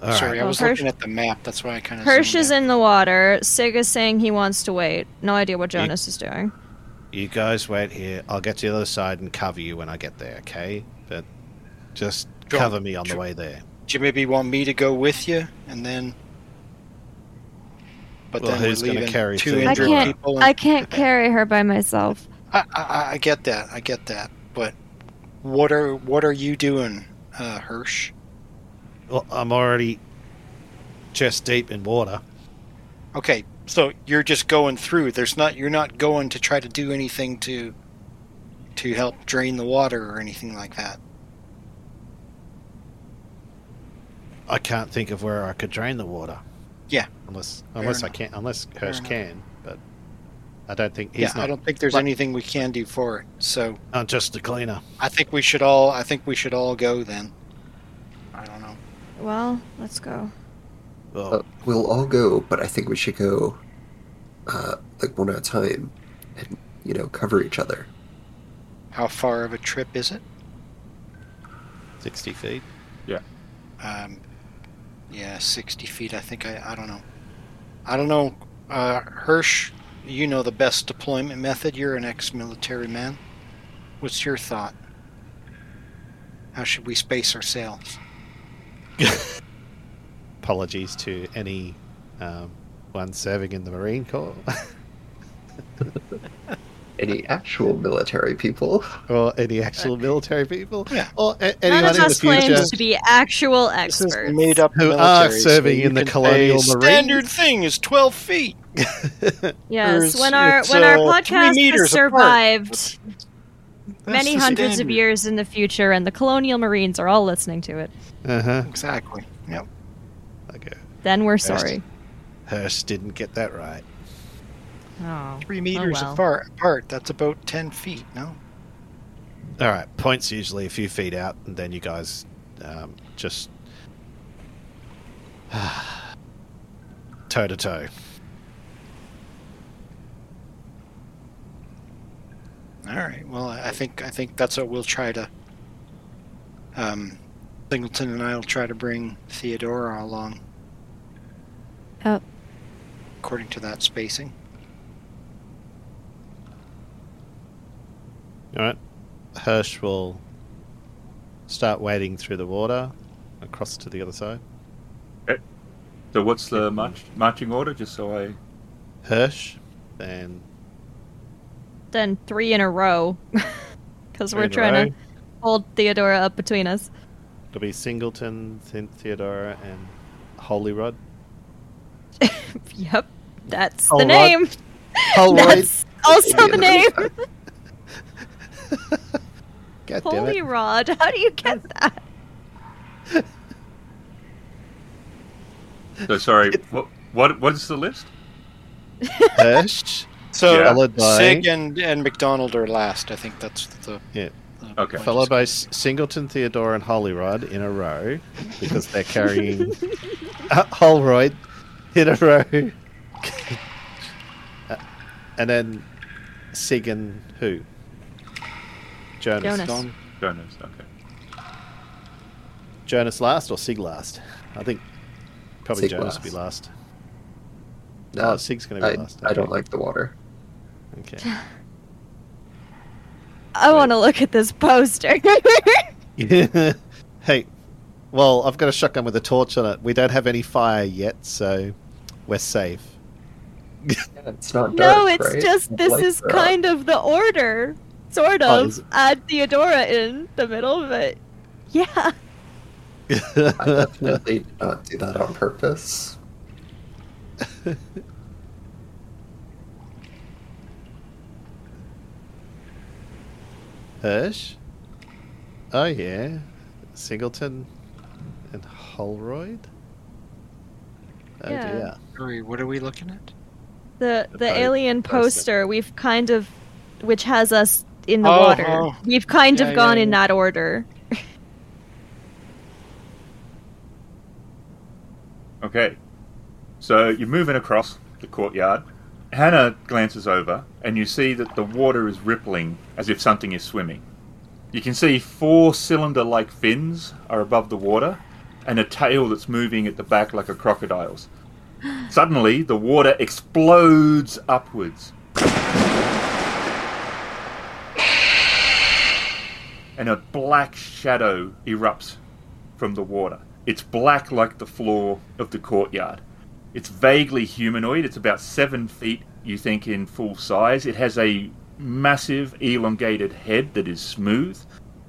[SPEAKER 2] right.
[SPEAKER 5] Sorry, I
[SPEAKER 4] Well,
[SPEAKER 5] was
[SPEAKER 4] Hirsch-
[SPEAKER 5] looking at the map. That's why I kind of.
[SPEAKER 4] Hirsch is in the water. Sig is saying he wants to wait. No idea what
[SPEAKER 2] Yeah.
[SPEAKER 4] Jonas is doing.
[SPEAKER 2] You guys wait here. I'll get to the other side and cover you when I get there, okay? But just
[SPEAKER 5] Sure.
[SPEAKER 2] cover me on the
[SPEAKER 5] Sure.
[SPEAKER 2] way there.
[SPEAKER 5] Do you maybe want me to go with you, and then? But
[SPEAKER 2] Well,
[SPEAKER 5] then we're
[SPEAKER 2] who's gonna
[SPEAKER 5] leaving
[SPEAKER 2] carry
[SPEAKER 5] two
[SPEAKER 2] Theodora?
[SPEAKER 4] I
[SPEAKER 5] injured
[SPEAKER 4] can't-
[SPEAKER 5] people. and-
[SPEAKER 4] I can't carry her by myself.
[SPEAKER 5] I, I, I get that. I get that. But what are what are you doing, uh, Hirsch?
[SPEAKER 2] Well, I'm already chest deep in water.
[SPEAKER 5] Okay, so you're just going through. There's not you're not going to try to do anything to to help drain the water or anything like that.
[SPEAKER 2] I can't think of where I could drain the water.
[SPEAKER 5] Yeah.
[SPEAKER 2] Unless unless I
[SPEAKER 5] enough.
[SPEAKER 2] can't unless Hirsch
[SPEAKER 5] enough.
[SPEAKER 2] can, but I don't think
[SPEAKER 5] yeah,
[SPEAKER 2] he's
[SPEAKER 5] I
[SPEAKER 2] not
[SPEAKER 5] don't think there's
[SPEAKER 2] but-
[SPEAKER 5] anything we can do for it. So
[SPEAKER 2] I'm just the cleaner.
[SPEAKER 5] I think we should all I think we should all go then. I don't know.
[SPEAKER 4] Well, let's go.
[SPEAKER 2] Well,
[SPEAKER 6] Uh, we'll all go, but I think we should go, uh, like one at a time, and you know, cover each other.
[SPEAKER 5] How far of a trip is it?
[SPEAKER 2] sixty feet.
[SPEAKER 5] um, yeah, 60 feet. I think I, I don't know. I don't know. Uh, Hirsch, you know the best deployment method. You're an ex military man. What's your thought? How should we space ourselves?
[SPEAKER 2] Apologies to any um, one serving in the Marine Corps
[SPEAKER 6] Any actual military people?
[SPEAKER 2] or any actual military people.
[SPEAKER 5] Yeah.
[SPEAKER 2] Or a- anyone in the future.
[SPEAKER 4] claims to be actual
[SPEAKER 5] This is
[SPEAKER 4] experts.
[SPEAKER 5] made up
[SPEAKER 2] Who are
[SPEAKER 5] military, so
[SPEAKER 2] serving
[SPEAKER 5] you
[SPEAKER 2] in the
[SPEAKER 5] can
[SPEAKER 2] colonial
[SPEAKER 5] say,
[SPEAKER 2] marine.
[SPEAKER 5] Standard thing is 12 feet.
[SPEAKER 4] Yes,
[SPEAKER 5] It's-
[SPEAKER 4] when our
[SPEAKER 5] it's,
[SPEAKER 4] when our
[SPEAKER 5] uh, three
[SPEAKER 4] podcast has
[SPEAKER 5] meters apart.
[SPEAKER 4] survived many
[SPEAKER 5] the
[SPEAKER 4] hundreds
[SPEAKER 5] standard.
[SPEAKER 4] of years in the future, and the colonial marines are all listening to it,
[SPEAKER 2] Uh huh.
[SPEAKER 5] Exactly. Yep.
[SPEAKER 2] Okay.
[SPEAKER 4] then we're
[SPEAKER 2] Yes.
[SPEAKER 4] sorry.
[SPEAKER 2] Hirsch didn't get that right.
[SPEAKER 4] Oh,
[SPEAKER 5] Three meters
[SPEAKER 4] well.
[SPEAKER 5] apart, apart. That's about 10 feet, no?
[SPEAKER 2] All right, points usually a few feet out, and then you guys um, just toe to toe.
[SPEAKER 5] All right. Well, I I think I think that's what we'll try to. Um, Singleton and I will try to bring Theodora along.
[SPEAKER 4] Oh.
[SPEAKER 5] According to that spacing.
[SPEAKER 2] All right, Hirsch will start wading through the water across to the other side.
[SPEAKER 1] So what's the march, marching order? Just so I
[SPEAKER 2] Hirsch, then
[SPEAKER 4] then three in a row, because
[SPEAKER 2] three
[SPEAKER 4] we're
[SPEAKER 2] in a
[SPEAKER 4] trying
[SPEAKER 2] row.
[SPEAKER 4] to hold Theodora up between us.
[SPEAKER 2] It'll be Singleton, Th- Theodora, and Holyrod.
[SPEAKER 4] Yep, that's
[SPEAKER 2] All
[SPEAKER 4] the
[SPEAKER 2] right.
[SPEAKER 4] name.
[SPEAKER 2] Holyrod.
[SPEAKER 4] That's also the name.
[SPEAKER 2] God damn
[SPEAKER 4] Holy
[SPEAKER 2] it.
[SPEAKER 4] Rod, how do you get that?
[SPEAKER 3] So sorry. What, what what is the list?
[SPEAKER 2] Hirsch,
[SPEAKER 5] So
[SPEAKER 3] Yeah.
[SPEAKER 2] followed by
[SPEAKER 5] Sig and, and McDonald are last. I think that's the.
[SPEAKER 2] Yeah.
[SPEAKER 5] the
[SPEAKER 3] Okay.
[SPEAKER 5] point.
[SPEAKER 2] followed by S- Singleton, Theodore, and Holyrod in a row because they're carrying uh, Holroyd in a row, Uh, and then Sig and who? Jonas.
[SPEAKER 4] Jonas.
[SPEAKER 5] Don-
[SPEAKER 3] Jonas. Okay.
[SPEAKER 2] Jonas last or Sig last? I think probably
[SPEAKER 6] Sig
[SPEAKER 2] Jonas
[SPEAKER 6] last.
[SPEAKER 2] will be last.
[SPEAKER 6] No,
[SPEAKER 2] oh, Sig's going to
[SPEAKER 6] I,
[SPEAKER 2] be last.
[SPEAKER 6] I don't like the water.
[SPEAKER 2] Okay.
[SPEAKER 4] I want to look at this poster.
[SPEAKER 2] Okay. hey, well, I've got a shotgun with a torch on it. We don't have any fire yet, so we're safe.
[SPEAKER 6] Yeah, it's not dark.
[SPEAKER 4] no, it's
[SPEAKER 6] right?
[SPEAKER 4] just this
[SPEAKER 6] Lights
[SPEAKER 4] is
[SPEAKER 6] are up.
[SPEAKER 4] kind of the order, sort
[SPEAKER 2] Oh,
[SPEAKER 4] of.
[SPEAKER 2] is it-
[SPEAKER 4] Add Theodora in the middle, but yeah.
[SPEAKER 6] I definitely did not do that on purpose.
[SPEAKER 2] Hirsch? Oh, yeah. Singleton and Holroyd? Oh,
[SPEAKER 4] Yeah.
[SPEAKER 2] dear.
[SPEAKER 5] Sorry, what are we looking at?
[SPEAKER 4] the the
[SPEAKER 2] boat
[SPEAKER 4] alien
[SPEAKER 2] person.
[SPEAKER 4] poster we've kind of which has us in the
[SPEAKER 5] Oh,
[SPEAKER 4] water
[SPEAKER 5] oh.
[SPEAKER 4] we've kind
[SPEAKER 5] Yeah,
[SPEAKER 4] of gone
[SPEAKER 5] yeah,
[SPEAKER 4] in
[SPEAKER 5] yeah.
[SPEAKER 4] that order
[SPEAKER 3] Okay. So you're moving across the courtyard. Hannah glances over, and you see that the water is rippling as if something is swimming. You can see four cylinder like fins are above the water, and a tail that's moving at the back like a crocodile's. Suddenly, the water explodes upwards. And a black shadow erupts from the water. It's black like the floor of the courtyard. It's vaguely humanoid. It's about seven feet, you think, in full size. It has a massive, elongated head that is smooth.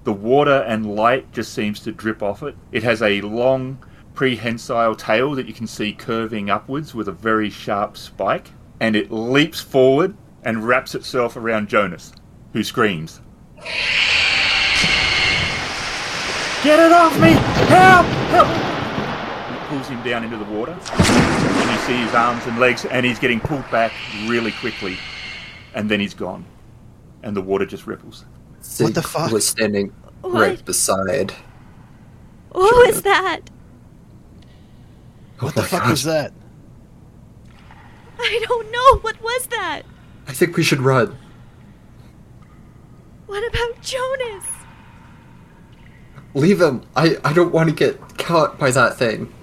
[SPEAKER 3] The water and light just seems to drip off it. It has a long, prehensile tail that you can see curving upwards with a very sharp spike. And it leaps forward and wraps itself around Jonas, who screams. Get it off me! Help! Help! He pulls him down into the water. And you see his arms and legs, and he's getting pulled back really quickly. And then he's gone. And the water just ripples.
[SPEAKER 6] Sig
[SPEAKER 2] the fuck?
[SPEAKER 6] was standing
[SPEAKER 4] what
[SPEAKER 6] right beside.
[SPEAKER 4] what was that
[SPEAKER 2] What
[SPEAKER 6] Oh
[SPEAKER 2] the
[SPEAKER 6] my
[SPEAKER 2] fuck
[SPEAKER 6] God.
[SPEAKER 2] was that?
[SPEAKER 4] i don't know what was that
[SPEAKER 6] I think we should run.
[SPEAKER 4] what about jonas
[SPEAKER 6] Leave him. I, I don't want to get caught by that thing.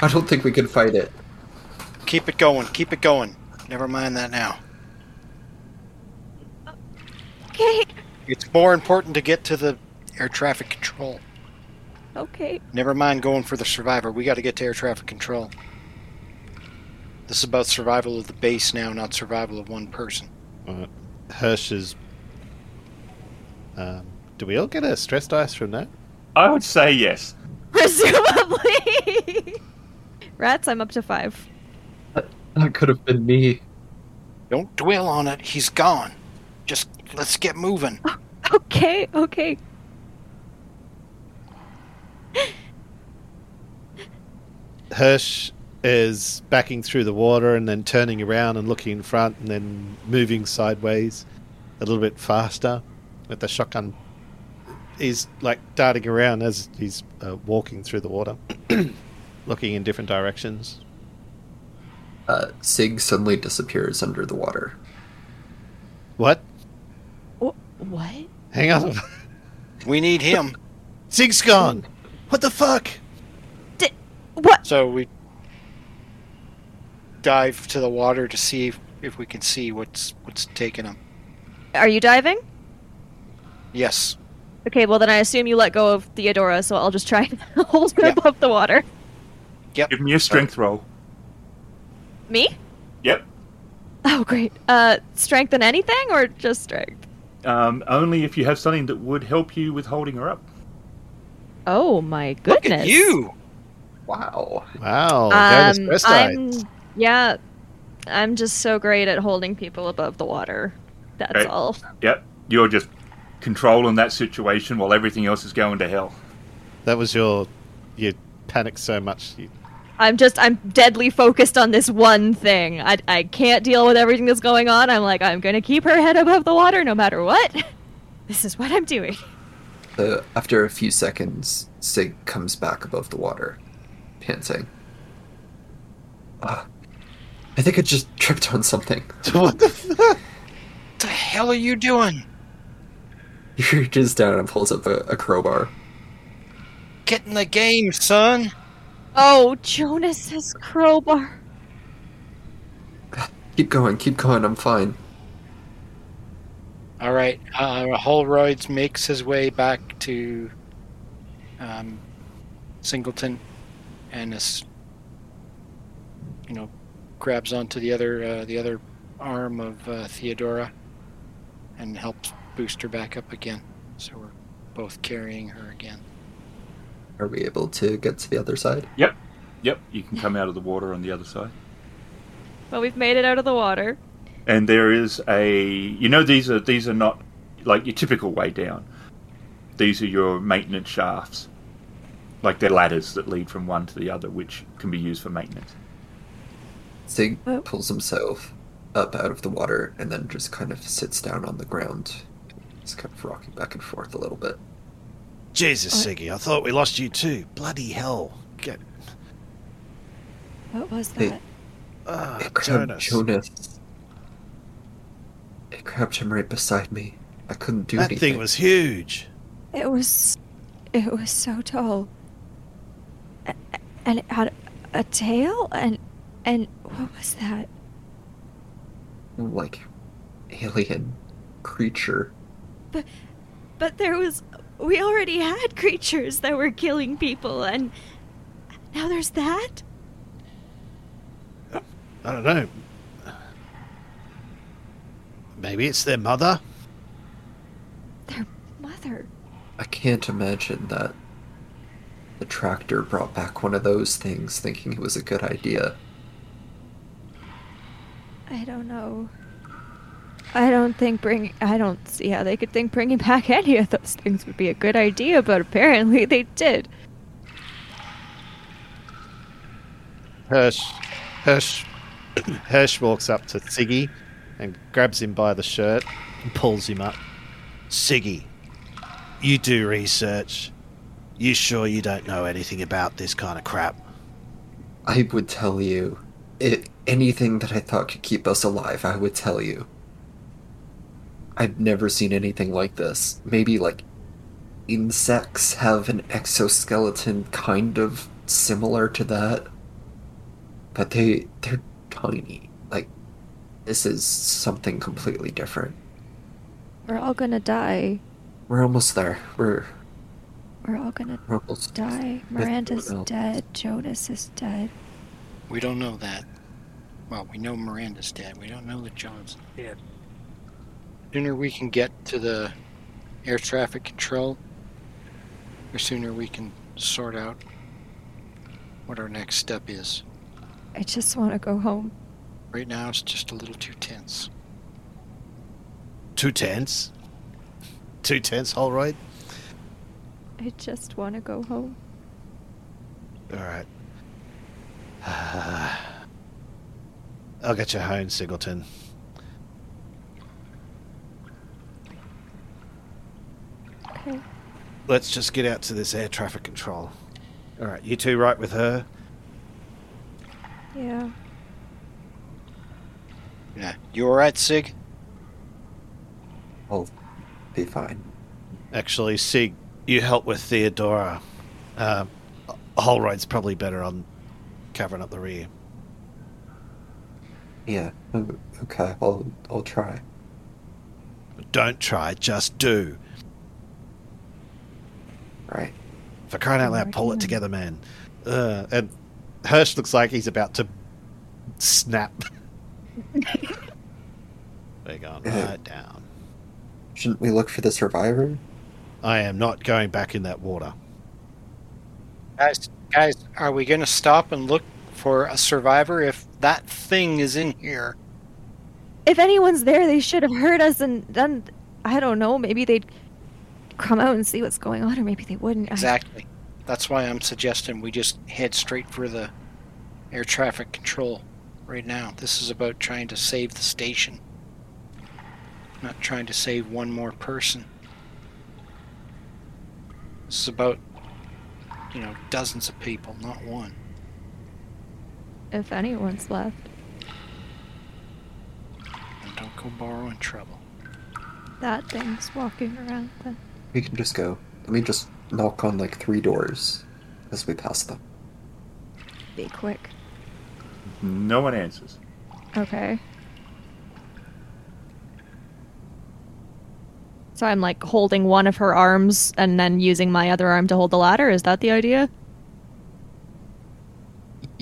[SPEAKER 6] I don't think we can fight it.
[SPEAKER 5] Keep it going. Keep it going. Never mind that now.
[SPEAKER 4] okay
[SPEAKER 5] It's more important to get to the air traffic control.
[SPEAKER 4] okay
[SPEAKER 5] Never mind going for the survivor. We got to get to air traffic control. This is about survival of the base now, not survival of one person.
[SPEAKER 2] Alright. Hirsch's. Um, do we all get a stress dice from that?
[SPEAKER 3] I would say yes.
[SPEAKER 4] presumably rats i'm up to five
[SPEAKER 6] That could have been me.
[SPEAKER 5] Don't dwell on it. He's gone. Just let's get moving.
[SPEAKER 4] okay okay
[SPEAKER 2] Hirsch is backing through the water and then turning around and looking in front and then moving sideways a little bit faster with the shotgun. He's like darting around as he's uh, walking through the water, looking in different directions.
[SPEAKER 6] Uh, Sig suddenly disappears under the water.
[SPEAKER 2] What?
[SPEAKER 4] Wh- what
[SPEAKER 2] Hang on.
[SPEAKER 5] We need him.
[SPEAKER 2] Zig's gone. What the fuck?
[SPEAKER 4] what
[SPEAKER 5] So we dive to the water to see if, if we can see what's what's taking him.
[SPEAKER 4] are you diving
[SPEAKER 5] Yes.
[SPEAKER 4] okay well then i assume you let go of theodora so i'll just try and hold her
[SPEAKER 5] Yeah.
[SPEAKER 4] above the water
[SPEAKER 3] Give me a strength roll.
[SPEAKER 4] me
[SPEAKER 3] Yep.
[SPEAKER 4] Oh, great. Uh, strength in anything or just strength?
[SPEAKER 3] Um, only if you have something that would help you with holding her up.
[SPEAKER 4] Oh my
[SPEAKER 5] Look
[SPEAKER 4] goodness.
[SPEAKER 5] at you. Oh,
[SPEAKER 6] Wow.
[SPEAKER 2] Wow. go to
[SPEAKER 4] Um,
[SPEAKER 2] stress
[SPEAKER 4] I'm
[SPEAKER 2] dice.
[SPEAKER 4] yeah. I'm just so great at holding people above the water. That's
[SPEAKER 3] Right.
[SPEAKER 4] all.
[SPEAKER 3] Yep. You're just controlling that situation while everything else is going to hell.
[SPEAKER 2] That was your. You panicked so much. You,
[SPEAKER 4] I'm just I'm deadly focused on this one thing. I I can't deal with everything that's going on. I'm like I'm gonna keep her head above the water no matter what. This is what I'm doing.
[SPEAKER 6] Uh, after a few seconds, Sig comes back above the water, panting. Ah, I think I just tripped on something.
[SPEAKER 2] what the fuck?
[SPEAKER 5] What the hell are you doing?
[SPEAKER 6] He reaches down and pulls up a, a crowbar.
[SPEAKER 5] Get in the game, son.
[SPEAKER 4] Oh, Jonas's crowbar.
[SPEAKER 6] Keep going, keep going, I'm fine.
[SPEAKER 5] All right. Uh, Holroyd makes his way back to um, Singleton, and is you know grabs onto the other uh, the other arm of uh, Theodora, and helps boost her back up again. So we're both carrying her again.
[SPEAKER 6] Are we able to get to the other side?
[SPEAKER 3] Yep. You can come out of the water on the other side.
[SPEAKER 4] Well, we've made it out of the water.
[SPEAKER 3] and there is a you know these are these are not like your typical way down these are your maintenance shafts like they're ladders that lead from one to the other which can be used for maintenance
[SPEAKER 6] Sig
[SPEAKER 4] Oh.
[SPEAKER 6] pulls himself up out of the water and then just kind of sits down on the ground. He's kind of rocking back and forth a little bit.
[SPEAKER 2] Jesus,
[SPEAKER 4] I-
[SPEAKER 2] Siggy, I thought we lost you too. Bloody hell. Get.
[SPEAKER 4] What was
[SPEAKER 6] Hey.
[SPEAKER 4] that?
[SPEAKER 2] Ah,
[SPEAKER 6] It grabbed
[SPEAKER 2] Jonas.
[SPEAKER 6] Jonas. It grabbed him right beside me. I couldn't do
[SPEAKER 2] that
[SPEAKER 6] anything.
[SPEAKER 2] thing was huge.
[SPEAKER 4] It was, it was so tall. A- a- And it had a tail and and what was that?
[SPEAKER 6] like alien creature.
[SPEAKER 4] But there was we already had creatures that were killing people and now there's that?
[SPEAKER 2] I don't know. Maybe it's their mother?
[SPEAKER 4] Their mother.
[SPEAKER 6] I can't imagine that the tractor brought back one of those things thinking it was a good idea.
[SPEAKER 4] I don't know. I don't think bring I don't see how they could think bringing back any of those things would be a good idea, but apparently they did.
[SPEAKER 2] Hirsch. Hirsch. Hirsch walks up to Siggy and grabs him by the shirt and pulls him up. Siggy, you do research. You sure you don't know anything about this kind of crap?
[SPEAKER 6] I would tell you it, anything that I thought could keep us alive. I would tell you. I've never seen anything like this. Maybe like insects have an exoskeleton kind of similar to that, but they they're tiny. Like this is something completely different.
[SPEAKER 4] We're all gonna die.
[SPEAKER 6] We're almost there. We're
[SPEAKER 4] We're all gonna
[SPEAKER 6] we're almost
[SPEAKER 4] die.
[SPEAKER 6] With-
[SPEAKER 4] Miranda's
[SPEAKER 6] well,
[SPEAKER 4] dead. Jonas is dead.
[SPEAKER 5] We don't know that. Well, we know Miranda's dead. We don't know that John's dead. Sooner we can get to the air traffic control, the sooner we can sort out what our next step is.
[SPEAKER 4] I just want to go home.
[SPEAKER 5] Right now, it's just a little too tense.
[SPEAKER 2] Two tenths? Two tenths, all right?
[SPEAKER 4] I just want to go home.
[SPEAKER 2] All right. I'll get you home, Singleton.
[SPEAKER 4] Okay.
[SPEAKER 2] Let's just get out to this air traffic control. All right, you two right with her?
[SPEAKER 4] Yeah.
[SPEAKER 5] Yeah. You alright, Sig?
[SPEAKER 6] I'll be fine.
[SPEAKER 2] Actually, Sig, you help with Theodora. Um, Holroyd's probably better on covering up the rear.
[SPEAKER 6] Yeah. o- Okay. I'll I'll try.
[SPEAKER 2] But don't try, just do.
[SPEAKER 6] Right.
[SPEAKER 2] For crying out loud, pull it together, man. Uh, and Hirsch looks like he's about to snap. They're going right down.
[SPEAKER 6] Shouldn't we look for the survivor?
[SPEAKER 2] I am not going back in that water.
[SPEAKER 5] Guys, guys, are we going to stop and look for a survivor if that thing is in here.
[SPEAKER 4] If anyone's there, they should have heard us and then I don't know, maybe they'd come out and see what's going on or maybe they wouldn't. I-
[SPEAKER 5] Exactly. That's why I'm suggesting we just head straight for the air traffic control right now. This is about trying to save the station, not trying to save one more person. This is about, you know, dozens of people, not one.
[SPEAKER 4] if anyone's left.
[SPEAKER 5] And don't go borrowing trouble.
[SPEAKER 4] That thing's walking around then.
[SPEAKER 6] We can just go. Let me just knock on like three doors as we pass them.
[SPEAKER 4] Be quick.
[SPEAKER 3] No one answers.
[SPEAKER 4] Okay. So I'm like holding one of her arms and then using my other arm to hold the ladder. Is that the idea?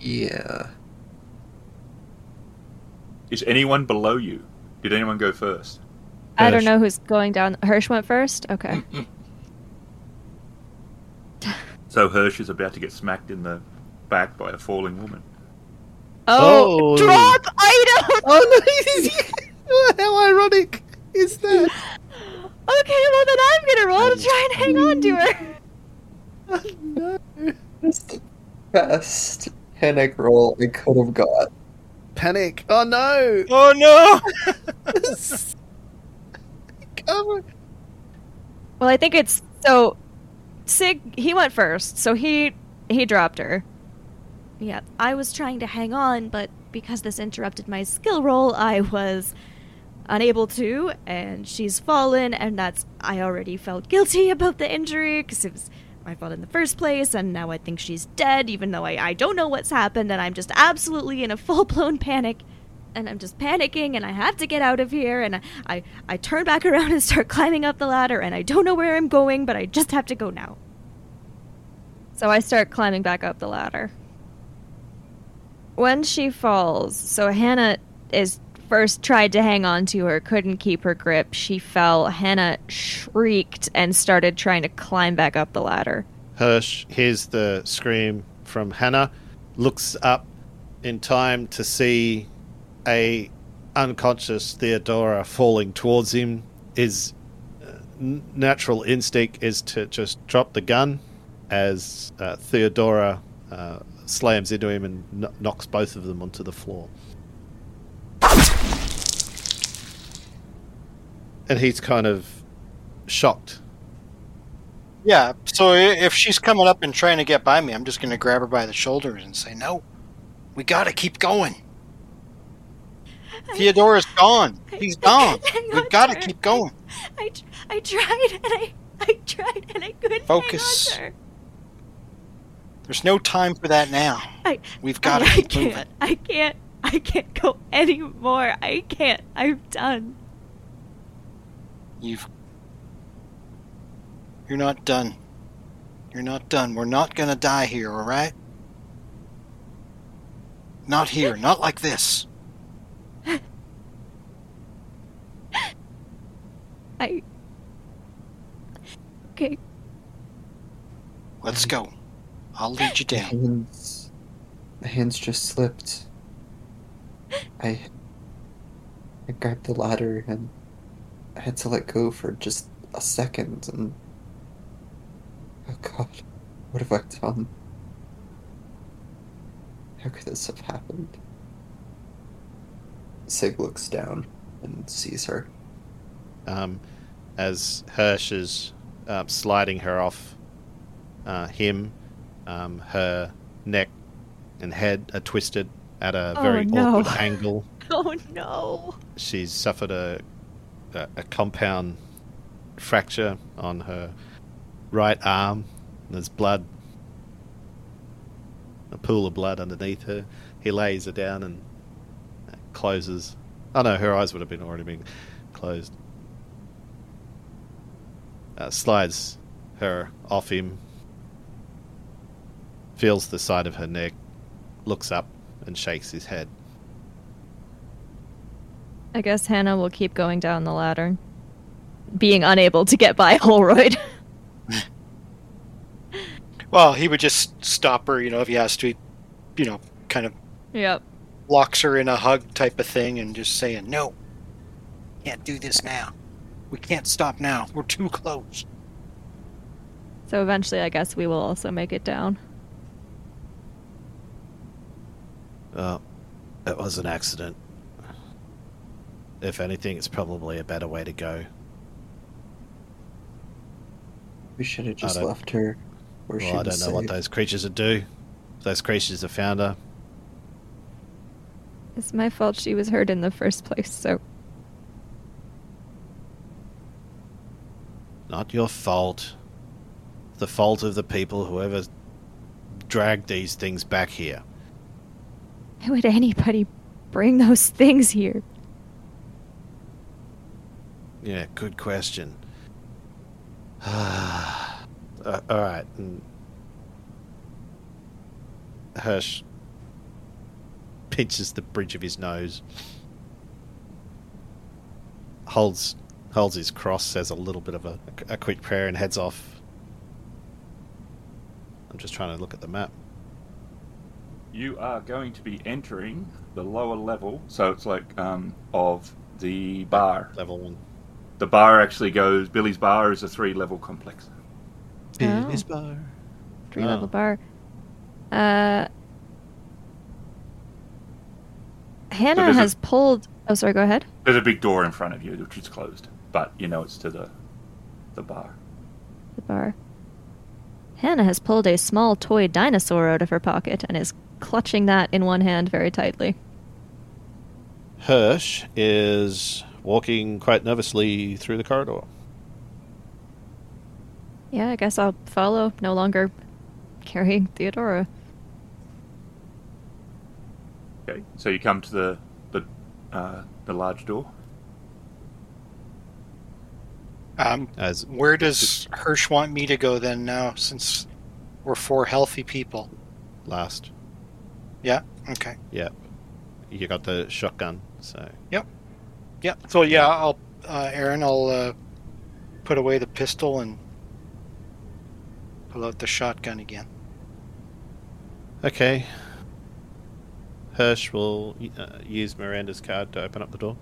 [SPEAKER 6] Yeah.
[SPEAKER 3] Is anyone below you? Did anyone go first?
[SPEAKER 4] I don't
[SPEAKER 2] Hirsch.
[SPEAKER 4] know who's going down. Hirsch went first? Okay.
[SPEAKER 3] So Hirsch is about to get smacked in the back by a falling woman.
[SPEAKER 4] Oh,
[SPEAKER 2] Oh.
[SPEAKER 4] drop item!
[SPEAKER 2] Oh no! How ironic is that?
[SPEAKER 4] Okay, well then I'm gonna roll to try and hang on to her.
[SPEAKER 6] That's the best panic roll I could have got.
[SPEAKER 2] Panic! Oh no!
[SPEAKER 5] Oh no!
[SPEAKER 2] Oh,
[SPEAKER 4] Well, I think it's so. Sig, he went first, so he he dropped her. Yeah, I was trying to hang on, but because this interrupted my skill roll, I was unable to, and she's fallen, and that's I already felt guilty about the injury because it was my fault in the first place, and now I think she's dead, even though I, I don't know what's happened, and I'm just absolutely in a full blown panic, and I'm just panicking, and I have to get out of here, and I, I I turn back around and start climbing up the ladder, and I don't know where I'm going, but I just have to go now. So I start climbing back up the ladder. When she falls, so Hannah is first tried to hang on to her, couldn't keep her grip. She fell. Hannah shrieked and started trying to climb back up the ladder.
[SPEAKER 2] Hirsch hears the scream from Hannah, looks up in time to see a unconscious Theodora falling towards him. His uh, n- natural instinct is to just drop the gun as uh, Theodora uh, slams into him and kn- knocks both of them onto the floor. And he's kind of shocked
[SPEAKER 5] Yeah, so i- if she's coming up and trying to get by me, I'm just going to grab her by the shoulders and say, No, we got to keep going. Theodora's gone. He's gone.
[SPEAKER 4] Hang on
[SPEAKER 5] We've got to
[SPEAKER 4] her.
[SPEAKER 5] keep going.
[SPEAKER 4] I, tr- I tried and I, I tried and I couldn't
[SPEAKER 5] Focus.
[SPEAKER 4] hang on to her.
[SPEAKER 5] There's no time for that now.
[SPEAKER 4] I,
[SPEAKER 5] We've got to
[SPEAKER 4] I, I
[SPEAKER 5] keep
[SPEAKER 4] can't.
[SPEAKER 5] moving.
[SPEAKER 4] I can't. I can't go anymore. I can't. I'm done.
[SPEAKER 5] You've. You're not done. You're not done. We're not going to die here, all right? Not here. Not like this.
[SPEAKER 4] I. Okay.
[SPEAKER 5] Let's go. I'll lead you
[SPEAKER 6] My
[SPEAKER 5] down.
[SPEAKER 6] hands, my hands just slipped. I, I grabbed the ladder and I had to let go for just a second. And oh god, what have I done? How could this have happened? Sig looks down and sees her.
[SPEAKER 2] um, as Hirsch is uh, sliding her off uh, him. Um, her neck and head are twisted at a
[SPEAKER 4] Oh,
[SPEAKER 2] very
[SPEAKER 4] no.
[SPEAKER 2] awkward angle.
[SPEAKER 4] Oh no.
[SPEAKER 2] She's suffered a, a a compound fracture on her right arm. There's blood, a pool of blood underneath her. He lays her down and uh, closes. Oh no, her eyes would have been already been closed. Uh, slides her off him. Feels the side of her neck, looks up and shakes his head.
[SPEAKER 4] I guess Hannah will keep going down the ladder, being unable to get by Holroyd.
[SPEAKER 5] Well, he would just stop her, you know, if he has to, you know, kind of
[SPEAKER 4] yep.
[SPEAKER 5] locks her in a hug type of thing and just saying, "No, can't do this now. We can't stop now. We're too close."
[SPEAKER 4] So eventually, I guess we will also make it down.
[SPEAKER 2] Uh, it was an accident. If anything, it's probably a better way to go.
[SPEAKER 6] We should have just
[SPEAKER 2] don't-
[SPEAKER 6] left her. Where she
[SPEAKER 2] Well, I
[SPEAKER 6] was
[SPEAKER 2] don't know what
[SPEAKER 6] safe.
[SPEAKER 2] those creatures would do. If those creatures have found her.
[SPEAKER 4] It's my fault she was hurt in the first place, so
[SPEAKER 2] Not your fault. The fault of the people whoever dragged these things back here.
[SPEAKER 4] why would anybody bring those things here?
[SPEAKER 2] Yeah, good question. uh, all right. mm. Hirsch pinches the bridge of his nose, holds holds his cross, says a little bit of a, a quick prayer, and heads off. I'm just trying to look at the map.
[SPEAKER 3] You are going to be entering the lower level, so it's like um, of the bar.
[SPEAKER 2] Level one.
[SPEAKER 3] The bar actually goes. Billy's bar is a three-level complex.
[SPEAKER 4] Oh.
[SPEAKER 2] Billy's bar.
[SPEAKER 4] Three
[SPEAKER 2] Oh.
[SPEAKER 4] level bar. Uh, Hannah
[SPEAKER 3] there's a-
[SPEAKER 4] has pulled. Oh, sorry. Go ahead.
[SPEAKER 3] There's a big door in front of you, which is closed, but you know it's to the the bar.
[SPEAKER 4] The bar. Hannah has pulled a small toy dinosaur out of her pocket and is clutching that in one hand very tightly.
[SPEAKER 2] Hirsch is walking quite nervously through the corridor.
[SPEAKER 4] Yeah, I guess I'll follow. No longer carrying Theodora.
[SPEAKER 3] Okay, so you come to the the uh, the large door.
[SPEAKER 5] Um,
[SPEAKER 2] As
[SPEAKER 5] where does Hirsch want me to go then? Now, since we're four healthy people.
[SPEAKER 2] last.
[SPEAKER 5] Yeah. Okay.
[SPEAKER 2] You got the shotgun, so
[SPEAKER 5] Yeah. So yeah, I'll, uh, Aaron, I'll uh, put away the pistol and pull out the shotgun again.
[SPEAKER 2] okay. Hirsch will uh, use Miranda's card to open up the door.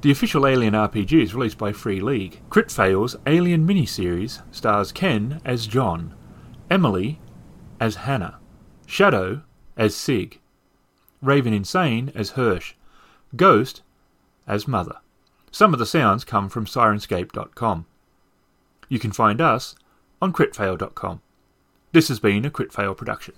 [SPEAKER 1] The official Alien RPG is released by Free League. Crit Fail's Alien miniseries stars Ken as John, Emily as Hannah, Shadow as Sig, Raven Insane as Hirsch, Ghost as Mother. Some of the sounds come from Sirenscape.com. You can find us on CritFail.com. This has been a Crit Fail production.